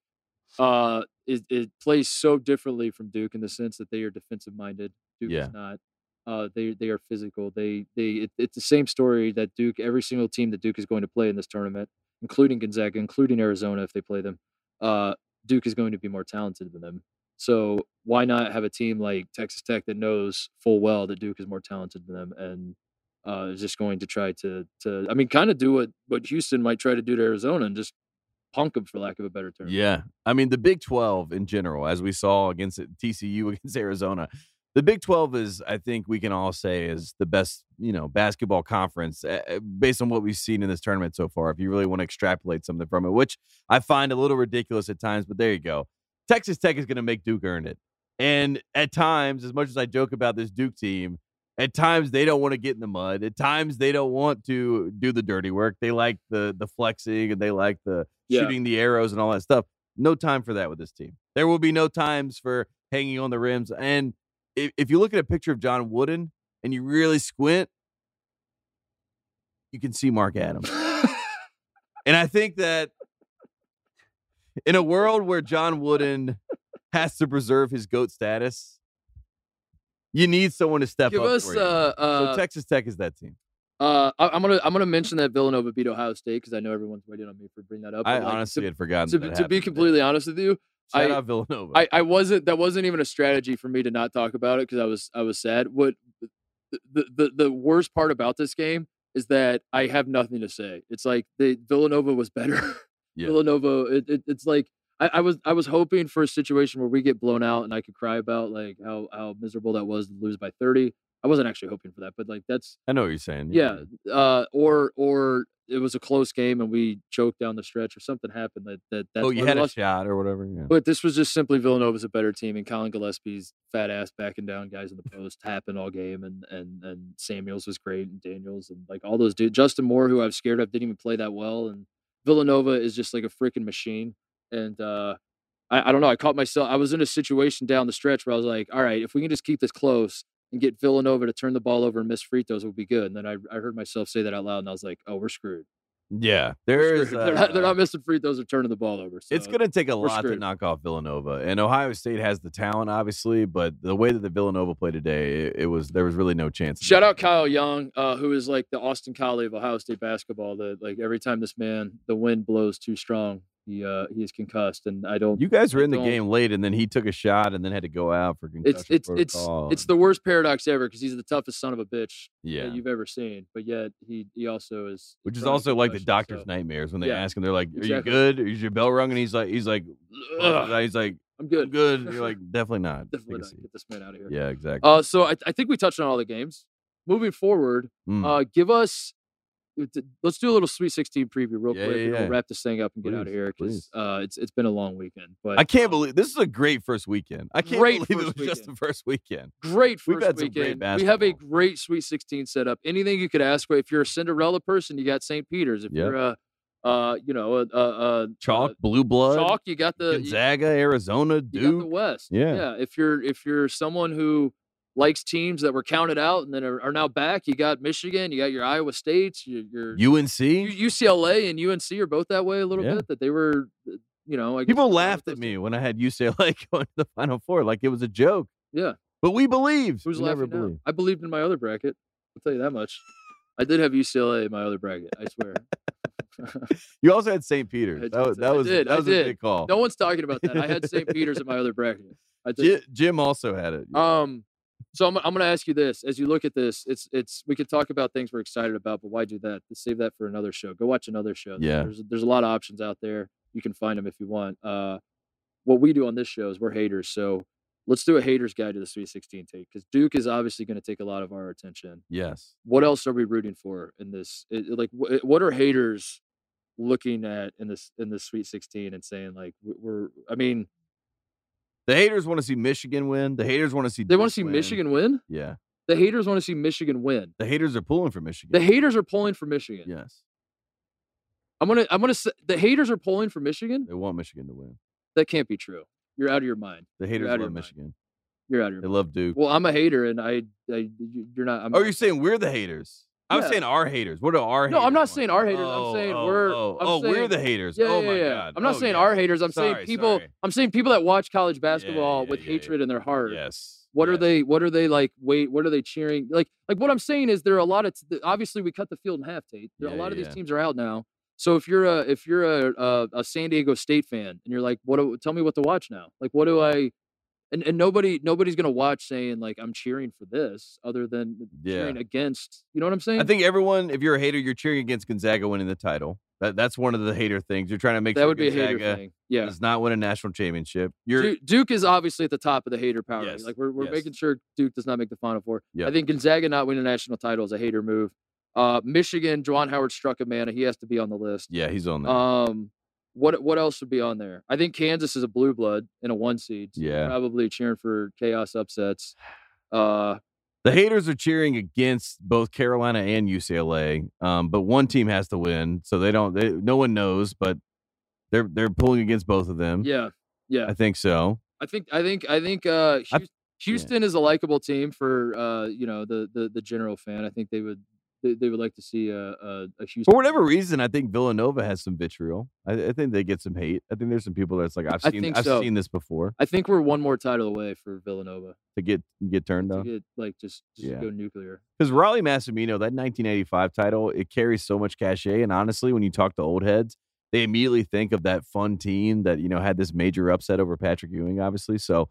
S3: uh, is it plays so differently from Duke in the sense that they are defensive minded. Duke
S4: Yeah.
S3: is not. Uh, they they are physical. They they it, it's the same story that Duke. Every single team that Duke is going to play in this tournament, including Gonzaga, including Arizona, if they play them, uh, Duke is going to be more talented than them. So why not have a team like Texas Tech that knows full well that Duke is more talented than them and uh, is just going to try to to I mean kind of do what what Houston might try to do to Arizona and just punk them for lack of a better term.
S4: Yeah. I mean, the Big 12 in general, as we saw against TCU against Arizona, the Big 12 is, I think we can all say, is the best, you know, basketball conference uh, based on what we've seen in this tournament so far. If you really want to extrapolate something from it, which I find a little ridiculous at times, but there you go. Texas Tech is going to make Duke earn it. And at times, as much as I joke about this Duke team, at times they don't want to get in the mud. At times they don't want to do the dirty work. They like the the flexing and they like the
S3: Yeah.
S4: shooting the arrows and all that stuff. No time for that with this team. There will be no times for hanging on the rims. And if, if you look at a picture of John Wooden and you really squint, you can see Mark Adams. And I think that in a world where John Wooden has to preserve his goat status, you need someone to step
S3: Give
S4: up.
S3: us
S4: for
S3: uh,
S4: you.
S3: uh,
S4: so Texas Tech is that team.
S3: uh I, I'm gonna I'm gonna mention that Villanova beat Ohio State because I know everyone's waiting on me for bringing that up.
S4: I
S3: but, like,
S4: honestly
S3: to,
S4: had forgotten. that
S3: to, to
S4: happened
S3: be
S4: today.
S3: completely honest with you,
S4: shout
S3: I-
S4: out Villanova.
S3: I, I wasn't that wasn't even a strategy for me to not talk about it because I was I was sad. What the, the the worst part about this game is that I have nothing to say. It's like the Villanova was better.
S4: Yeah.
S3: Villanova, it, it, it's like I, I was I was hoping for a situation where we get blown out and I could cry about like how how miserable that was to lose by thirty. I wasn't actually hoping for that, but like that's
S4: I know what you're saying.
S3: yeah. Uh, or or it was a close game and we choked down the stretch or something happened that that that's
S4: Oh, you
S3: why we
S4: had a
S3: lost.
S4: shot or whatever. Yeah.
S3: But this was just simply Villanova's a better team, and Colin Gillespie's fat ass backing down guys in the post happened all game, and and and Samuels was great, and Daniels, and like all those dudes. Justin Moore, who I've scared of, didn't even play that well, and Villanova is just like a freaking machine. And uh, I, I don't know, I caught myself. I was in a situation down the stretch where I was like, all right, if we can just keep this close and get Villanova to turn the ball over and miss free throws, we'll be good. And then I, I heard myself say that out loud, and I was like, oh, we're screwed.
S4: yeah,
S3: We're
S4: there is.
S3: screwed. they're, not, uh, they're
S4: uh,
S3: not missing free throws or turning the ball over. So
S4: It's going to take a lot to
S3: screwed.
S4: knock off Villanova, and Ohio State has the talent, obviously. But the way that the Villanova played today, it, it was there was really no chance. in
S3: Shout
S4: that.
S3: out Kyle Young, uh, who is like the Austin Collie of Ohio State basketball. That like every time this man, the wind blows too strong, he uh, he is concussed, and I don't.
S4: You guys were
S3: I
S4: in the
S3: don't-
S4: game late, and then he took a shot, and then had to go out for concussion
S3: it's it's it's
S4: protocol.
S3: it's
S4: and-
S3: the worst paradox ever because he's the toughest son of a bitch
S4: yeah,
S3: that you've ever seen, but yet he he also is.
S4: which is
S3: prone to
S4: also like the
S3: concussions,
S4: doctor's
S3: so-
S4: nightmares when they
S3: Yeah,
S4: ask him, they're like, "Are
S3: exactly.
S4: you good? Is your bell rung?" And he's like, "He's like,
S3: Ugh,
S4: he's like,
S3: I'm
S4: I'm
S3: good.
S4: good." And you're like, "Definitely not." Take
S3: Definitely
S4: a
S3: not.
S4: seat."
S3: Get this man out of here.
S4: Yeah, exactly.
S3: Uh, so I, I think we touched on all the games. Moving forward,
S4: Mm.
S3: Uh, give us. th- Let's do a little Sweet 16 preview real
S4: Yeah,
S3: quick.
S4: yeah,
S3: and
S4: yeah.
S3: We'll wrap this thing up and get out
S4: Please,
S3: of here
S4: please.
S3: because uh, it's it's been a long weekend. But
S4: I can't
S3: um,
S4: believe this is a great first weekend. I can't
S3: Great
S4: believe it was
S3: first
S4: just the
S3: weekend.
S4: first weekend.
S3: great first
S4: we've had some great
S3: weekend. we have a
S4: basketball.
S3: great Sweet 16 setup. Anything you could ask for. If you're a Cinderella person, you got St. Peter's. If
S4: Yep.
S3: you're a, uh, you know, a, a, a
S4: Chalk,
S3: uh,
S4: blue blood,
S3: chalk, you got the you-
S4: Gonzaga, Arizona,
S3: You got the
S4: Duke.
S3: West.
S4: Yeah.
S3: Yeah. If you're if you're someone who likes teams that were counted out and then are, are now back, you got Michigan, you got your Iowa States, your, your
S4: UNC.
S3: U- UCLA and UNC are both that way a little
S4: Yeah.
S3: bit. That they were, uh, you know, I guess
S4: People
S3: they're both
S4: laughed
S3: those
S4: at me
S3: teams.
S4: when I had UCLA going to the Final Four, like it was a joke.
S3: Yeah.
S4: but we believed.
S3: Who's
S4: we never
S3: laughing now?
S4: believed.
S3: I believed in my other bracket. I'll tell you that much. I did have UCLA in my other bracket. I swear.
S4: You also had St. Peter's.
S3: did-
S4: That was
S3: I
S4: that was,
S3: did,
S4: that
S3: I
S4: was a
S3: did.
S4: good call.
S3: no one's talking about that. I had St. Peter's in my other bracket. I did.
S4: Ji- Jim also had it.
S3: Um, so I'm, I'm going to ask you this: as you look at this, it's it's we could talk about things we're excited about, but why do that? Save that for another show. Go watch another show. There's-
S4: Yeah.
S3: there's there's a lot of options out there. You can find them if you want. Uh, what we do on this show is we're haters, so let's do a haters guide to the Sweet 16 take because Duke is obviously going to take a lot of our attention.
S4: yes.
S3: What else are we rooting for in this? It, it- like, wh- what are haters looking at in this in this Sweet 16 and saying like "We- we're? I mean,
S4: The haters want to see Michigan win. The haters want to see.
S3: they want
S4: Duke
S3: to see
S4: win.
S3: Michigan win.
S4: Yeah.
S3: The haters want to see Michigan win.
S4: The haters are pulling for Michigan.
S3: The haters are pulling for Michigan.
S4: yes.
S3: I'm gonna, I'm gonna. Say, the haters are pulling for Michigan.
S4: They want Michigan to win.
S3: That can't be true. You're out of your mind.
S4: The haters
S3: out of
S4: love
S3: your mind.
S4: Michigan.
S3: You're out of your
S4: They
S3: mind.
S4: love Duke.
S3: Well, I'm a hater, and I, I you- you're not. I'm,
S4: Oh, you're saying we're the haters? I'm
S3: Yeah.
S4: saying our haters. What are our?
S3: No,
S4: haters
S3: I'm not
S4: want?
S3: saying our haters. I'm
S4: Oh,
S3: saying
S4: oh,
S3: we're-
S4: Oh,
S3: I'm
S4: oh, we're
S3: saying-
S4: the haters.
S3: Yeah,
S4: oh
S3: yeah,
S4: my
S3: yeah.
S4: god.
S3: I'm not
S4: Oh,
S3: saying
S4: yeah.
S3: our haters. I'm
S4: Sorry,
S3: saying people.
S4: sorry.
S3: I'm saying people that watch college basketball
S4: yeah,
S3: with
S4: yeah, yeah.
S3: hatred in their heart.
S4: Yes.
S3: What are
S4: yes.
S3: they? What are they like? Wait, what are they cheering? Like, like what I'm saying is there are a lot of. t- Obviously, we cut the field in half, Tate. There,
S4: Yeah,
S3: a lot of
S4: yeah.
S3: these teams are out now. So if you're a if you're a, a a San Diego State fan and you're like, what? Do, tell me what to watch now. Like, what do I? And and nobody nobody's gonna watch saying like I'm cheering for this other than
S4: Yeah.
S3: cheering against. You know what I'm saying?
S4: I think everyone, if you're a hater, you're cheering against Gonzaga winning the title. That, that's one of the hater things. You're trying to make
S3: That
S4: sure
S3: would be a hater
S4: Gonzaga
S3: thing. Yeah.
S4: does not win a national championship. You're
S3: Duke, Duke is obviously at the top of the hater power.
S4: Yes,
S3: ranking. Like we're, we're
S4: yes.
S3: making sure Duke does not make the Final Four.
S4: Yeah.
S3: I think Gonzaga not winning a national title is a hater move. Uh, Michigan, Juwan Howard struck a man. He has to be on the list.
S4: yeah, he's on there.
S3: Um, what what else would be on there? I think Kansas is a blue blood and a one seed. so
S4: Yeah.
S3: probably cheering for chaos upsets. Uh,
S4: the haters are cheering against both Carolina and UCLA. Um, but one team has to win, so they don't. They, no one knows, but they're they're pulling against both of them.
S3: yeah, yeah.
S4: Hmm. I think so.
S3: I think I think I think uh,
S4: I-
S3: Houston, Houston is a likable team for uh, you know the, the the general fan. I think they would they, they would like to see a, a, a Houston.
S4: For whatever reason, I think Villanova has some vitriol. I, I think they get some hate. I think there's some people that's like, I've
S3: I
S4: seen,
S3: think
S4: I've
S3: so.
S4: seen this before.
S3: I think we're one more title away for Villanova
S4: To get get turned
S3: to
S4: on
S3: get like just, just
S4: Yeah.
S3: go nuclear.
S4: because Raleigh Massimino, that 1985 title, it carries so much cachet. And honestly, when you talk to old heads, they immediately think of that fun team that you know had this major upset over Patrick Ewing, obviously. So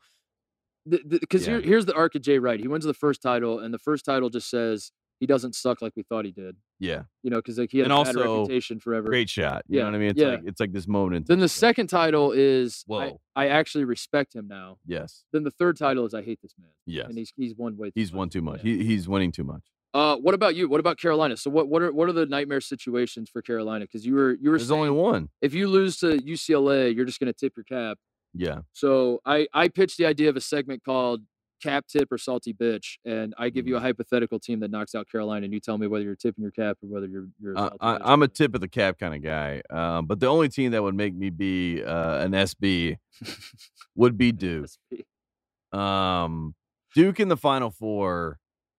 S3: Because
S4: Yeah.
S3: here, here's the arc of Jay Wright. He wins the first title, and the first title just says he doesn't suck like we thought he did.
S4: yeah,
S3: You know, because like he had
S4: And
S3: a bad
S4: also,
S3: reputation forever.
S4: great shot. You know
S3: Yeah,
S4: what I mean? It's
S3: yeah.
S4: like it's like this moment. in
S3: Then the
S4: time.
S3: second title is I,
S4: Whoa.
S3: I actually respect him now.
S4: yes,
S3: Then the third title is I hate this man,
S4: yes,
S3: and he's he's won way. Too
S4: he's
S3: much.
S4: won too much.
S3: Yeah.
S4: He, he's winning too much.
S3: Uh, what about you? What about Carolina? So what what are what are the nightmare situations for Carolina? Because you were you were
S4: There's only
S3: saying
S4: one.
S3: if you lose to UCLA, you're just gonna tip your cap.
S4: Yeah,
S3: So I I pitched the idea of a segment called Cap Tip or Salty Bitch, and I give you a
S4: Mm-hmm.
S3: hypothetical team that knocks out Carolina, and you tell me whether you're tipping your cap or whether you're you're. a
S4: I,
S3: salty
S4: Uh, I, I'm
S3: bitch
S4: a
S3: about it.
S4: tip of the cap kind of guy. Um, but the only team that would make me be uh, an SB would be Duke. Um, Duke in the Final Four.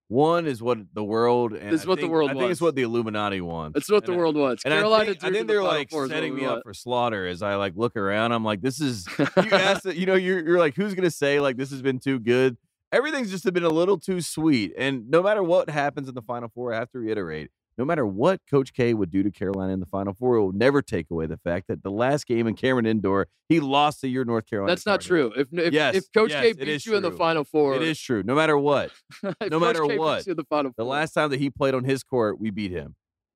S4: One is what the world. And
S3: This is
S4: I
S3: what the
S4: think-
S3: world
S4: I think it's
S3: wants.
S4: what the Illuminati wants.
S3: That's what the
S4: And I-
S3: world wants.
S4: And
S3: Carolina,
S4: I think, I
S3: Duke in
S4: think
S3: the
S4: they're
S3: Final
S4: like
S3: Four is what
S4: setting
S3: we
S4: me up
S3: want.
S4: for slaughter as I like look around. I'm like, this is you asked that, you know, you're, you're like, who's going to say like this has been too good? Everything's just been a little too sweet. And no matter what happens in the Final Four, I have to reiterate no matter what Coach K would do to Carolina in the Final Four, it will never take away the fact that the last game in Cameron Indoor, he lost to your North Carolina.
S3: That's not
S4: Chargers.
S3: true. If if,
S4: Yes,
S3: if Coach
S4: yes,
S3: K
S4: it is
S3: beats you in the
S4: true.
S3: Final Four,
S4: It is true. No matter what,
S3: no
S4: matter what,
S3: Beats you in the Final
S4: the
S3: Four,
S4: last time that he played on his court, we beat him.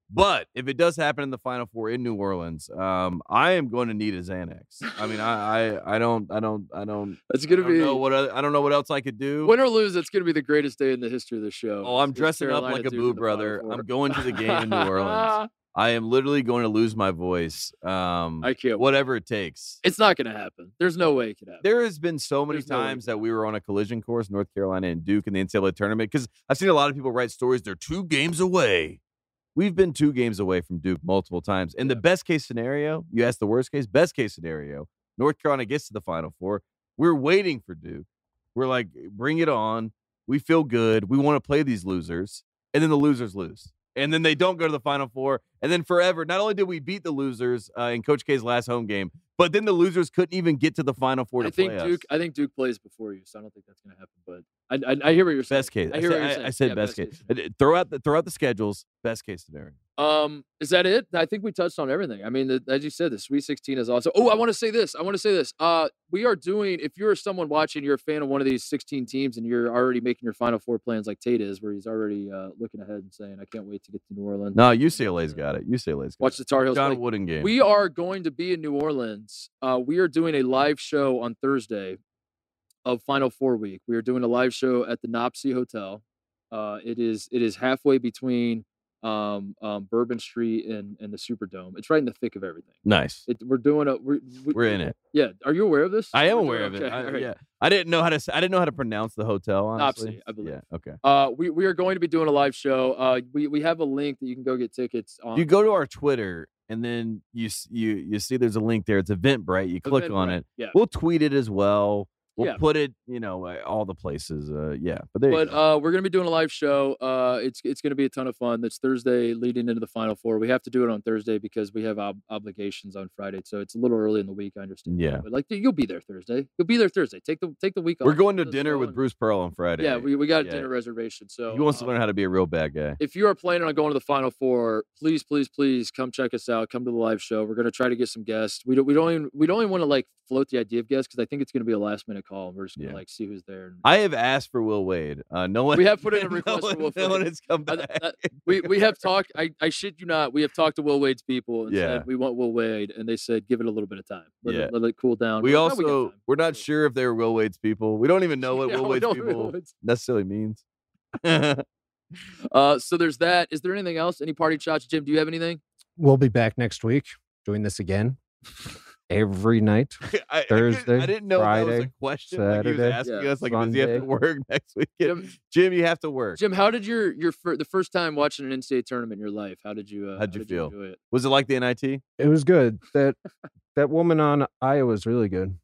S4: But if it does happen in the Final Four in New Orleans, um, I am going to need a Xanax. I mean, I, I, I don't, I don't, I don't,
S3: it's
S4: I
S3: gonna
S4: don't
S3: be
S4: know what other, I don't know what else I could do.
S3: win or lose. It's gonna be the greatest day in the history of the show.
S4: Oh, I'm
S3: It's
S4: dressing up
S3: Carolina
S4: like a
S3: Duke in
S4: boo
S3: the Final
S4: brother.
S3: Four.
S4: I'm going to the game in New Orleans. I am literally going to lose my voice. Um,
S3: I can't. What?
S4: whatever it takes.
S3: It's not gonna happen. There's no way it could happen.
S4: There has been so many
S3: There's no way
S4: times that we were on a collision course, North Carolina and Duke in the NCAA tournament, because I've seen a lot of people write stories. They're two games away. We've been two games away from Duke multiple times. In the
S3: Yeah.
S4: best case scenario, you ask the worst case, best case scenario, North Carolina gets to the Final Four. We're waiting for Duke. We're like, bring it on. We feel good. We want to play these losers. And then the losers lose. And then they don't go to the Final Four. And then forever, not only did we beat the losers uh, in Coach K's last home game, but then the losers couldn't even get to the Final Four to
S3: I think
S4: play us.
S3: Duke. I think Duke plays before you, so I don't think that's gonna happen. But I I, I hear what you're saying.
S4: Best case.
S3: I hear
S4: said,
S3: what you're saying.
S4: I said
S3: Yeah,
S4: best, case.
S3: scenario.
S4: Uh, Throw out the throw out the schedules. Best case scenario.
S3: Um, is that it? I think we touched on everything. I mean, the, as you said, the Sweet 16 is also. Oh, I want to say this. I want to say this. Uh, we are doing. If you're someone watching, you're a fan of one of these 16 teams, and you're already making your Final Four plans, like Tate is, where he's already uh, looking ahead and saying, "I can't wait to get to New Orleans." uh,
S4: No, UCLA's got it. UCLA's got
S3: Watch the Tar
S4: it.
S3: Heels. play.
S4: John Wooden game.
S3: We are going to be in New Orleans. Uh, we are doing a live show on Thursday of Final Four week. We are doing a live show at the Nopsey Hotel. Uh, it is it is halfway between um, um, Bourbon Street and, and the Superdome. It's right in the thick of everything.
S4: nice.
S3: It, we're doing a we're, we,
S4: We're in it.
S3: Yeah, are you aware of this?
S4: I am
S3: We're
S4: aware of
S3: doing-
S4: it.
S3: okay,
S4: I,
S3: all right.
S4: Yeah, I didn't know how to. s- I didn't know how to pronounce the hotel. Honestly,
S3: Nopsey, I believe.
S4: Yeah. Okay.
S3: Uh, we we are going to be doing a live show. Uh, we we have a link that you can go get tickets on.
S4: You go to our Twitter and then you s- you you see there's a link there. It's Eventbrite. You click on
S3: Eventbrite,
S4: it.
S3: Yeah.
S4: We'll tweet it as well. We'll
S3: Yeah.
S4: put it. You know, uh, all the places. Uh, yeah. But there. you
S3: but
S4: go.
S3: uh, we're gonna be doing a live show. Uh, it's it's gonna be a ton of fun. That's Thursday leading into the Final Four. We have to do it on Thursday because we have ob- obligations on Friday, so it's a little early in the week. I understand. that,
S4: Yeah.
S3: but like you'll be there Thursday. You'll be there Thursday. Take the take the week off.
S4: we're going to
S3: Let us
S4: dinner
S3: know
S4: with
S3: and-
S4: Bruce Pearl on Friday.
S3: Yeah, we, we got
S4: Yeah.
S3: a dinner reservation. So
S4: he wants to
S3: um,
S4: learn how to be a real bad guy.
S3: if you are planning on going to the Final Four, please, please, please come check us out. Come to the live show. We're gonna try to get some guests. We don't, we don't even, we don't even want to like float the idea of guests because I think it's gonna be a last minute call. We're just gonna
S4: Yeah.
S3: like see who's there. and-
S4: I have asked for Will Wade. Uh, no one.
S3: We have put in a
S4: no
S3: request for
S4: one-
S3: Will
S4: No one
S3: Wade.
S4: has come
S3: I-
S4: back.
S3: I- Uh, we we have talked. I, I shit you not. We have talked to Will Wade's people and
S4: Yeah.
S3: said we want Will Wade, and they said give it a little bit of time. Let,
S4: Yeah.
S3: it, let it cool down.
S4: we
S3: We're like,
S4: also
S3: "No, got time."
S4: we're not sure if they were Will Wade's people. We don't even know what
S3: Yeah,
S4: Will
S3: we
S4: Wade's
S3: don't really
S4: people
S3: know what's-
S4: necessarily means. That's
S3: Uh, so there's that. Is there anything else? Any party shots, Jim? Do you have anything?
S2: We'll be back next week doing this again every night.
S4: I, I,
S2: Thursday,
S4: didn't know if that was a
S2: Friday,
S4: question. like he was
S2: Saturday,
S4: asking
S3: Yeah.
S4: us, like, does he have to
S2: Sunday.
S4: work next weekend?
S3: Jim,
S4: Jim, you have to work.
S3: Jim, how did your your fir- the first time watching an NCAA tournament in your life? How did you? Uh,
S4: How'd you
S3: did
S4: feel?
S3: enjoy it?
S4: Was it like the NIT?
S2: It was good. That that woman on Iowa's really good.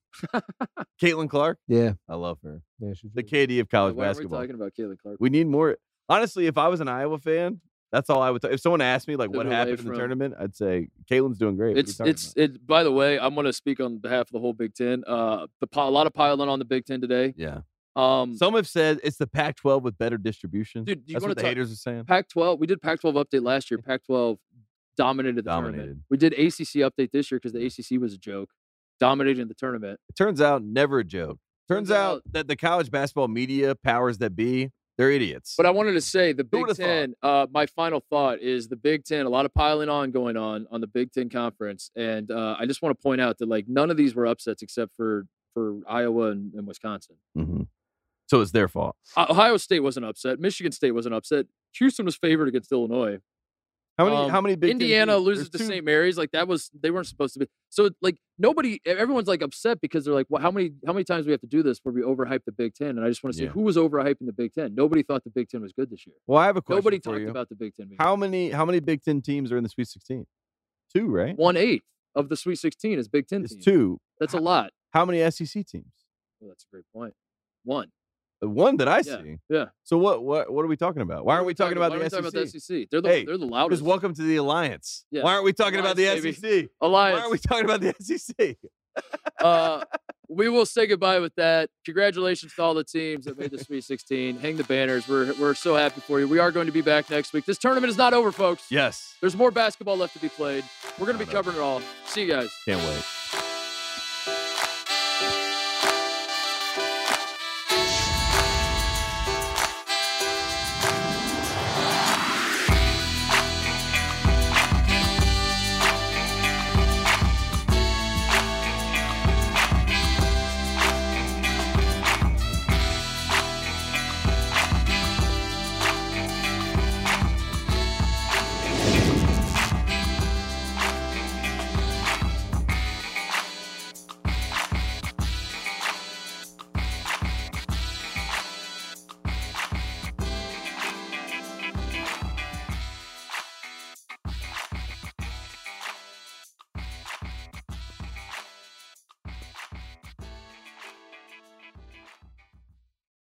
S4: Caitlin Clark?
S2: Yeah.
S4: I love her.
S2: yeah she's
S4: The
S2: really-
S4: KD of
S3: Why
S4: college
S3: are we
S4: basketball.
S3: talking about Kayla Clark?
S4: We need more. Honestly, if I was an Iowa fan, that's all I would. T- if someone asked me like
S3: Stood
S4: what
S3: away
S4: happened in the
S3: from-
S4: tournament, I'd say Caitlin's doing great. What are you
S3: It's
S4: talking
S3: it's it. By the way, I'm going to speak on behalf of the whole Big Ten. Uh, the pi- a lot of piling on the Big Ten today.
S4: about?" yeah.
S3: Um,
S4: Some have said it's the Pac-12 with better distribution.
S3: Dude, you
S4: that's
S3: wanna
S4: what the
S3: talk-
S4: haters are saying.
S3: Pac-12. We did Pac-12 update last year. Pac-12 dominated the
S4: Dominated.
S3: tournament. We did ACC update this year because the ACC was a joke, dominating the tournament.
S4: It turns out never a joke. Turns,
S3: Turns
S4: out,
S3: out-
S4: that the college basketball media powers that be, they're idiots.
S3: But I wanted to say the Big
S4: would've thought?
S3: Ten. Uh, my final thought is the Big Ten. A lot of piling on going on on the Big Ten conference, and uh, I just want to point out that like none of these were upsets except for for Iowa and, and Wisconsin.
S4: Mhm. So it's their fault.
S3: O- Ohio State wasn't upset. Michigan State wasn't upset. Houston was favored against Illinois.
S4: How many?
S3: Um,
S4: how many big? Ten
S3: Indiana
S4: teams?
S3: loses
S4: There's
S3: to
S4: two-
S3: St. Mary's. Like that was they weren't supposed to be. So like nobody, e, everyone's like upset because they're like, well, how many how many times do we have to do this where we overhype the Big Ten? And I just want to say
S4: Yeah.
S3: who was overhyping the Big Ten? Nobody thought the Big Ten was good this year.
S4: Well, I have a question
S3: Nobody
S4: for
S3: talked
S4: you.
S3: about the Big Ten. being
S4: how many? How many Big Ten teams are in the Sweet 16? Two, right?
S3: one eighth of the Sweet 16 is Big Ten.
S4: It's
S3: teams.
S4: two.
S3: That's a lot.
S4: How many SEC teams?
S3: Well, that's a great point. One.
S4: The one that I see.
S3: yeah.
S4: So what? What? What are we talking about? Why aren't we talking
S3: Why
S4: about
S3: are we
S4: the
S3: talking
S4: SEC?
S3: SEC? They're the
S4: Hey,
S3: they're the
S4: Just
S3: loudest.
S4: welcome to the alliance.
S3: Yeah.
S4: Why aren't we talking about the
S3: Alliance, baby.
S4: SEC?
S3: Alliance.
S4: Why aren't we talking about the E SEC?
S3: uh, we will say goodbye with that. Congratulations to all the teams that made the Sweet 16. Hang the banners. We're, we're so happy for you. We are going to be back next week. This tournament is not over, folks.
S4: Yes.
S3: There's more basketball left to be played. We're going to be
S4: Not over.
S3: covering it all. See you guys.
S4: Can't wait.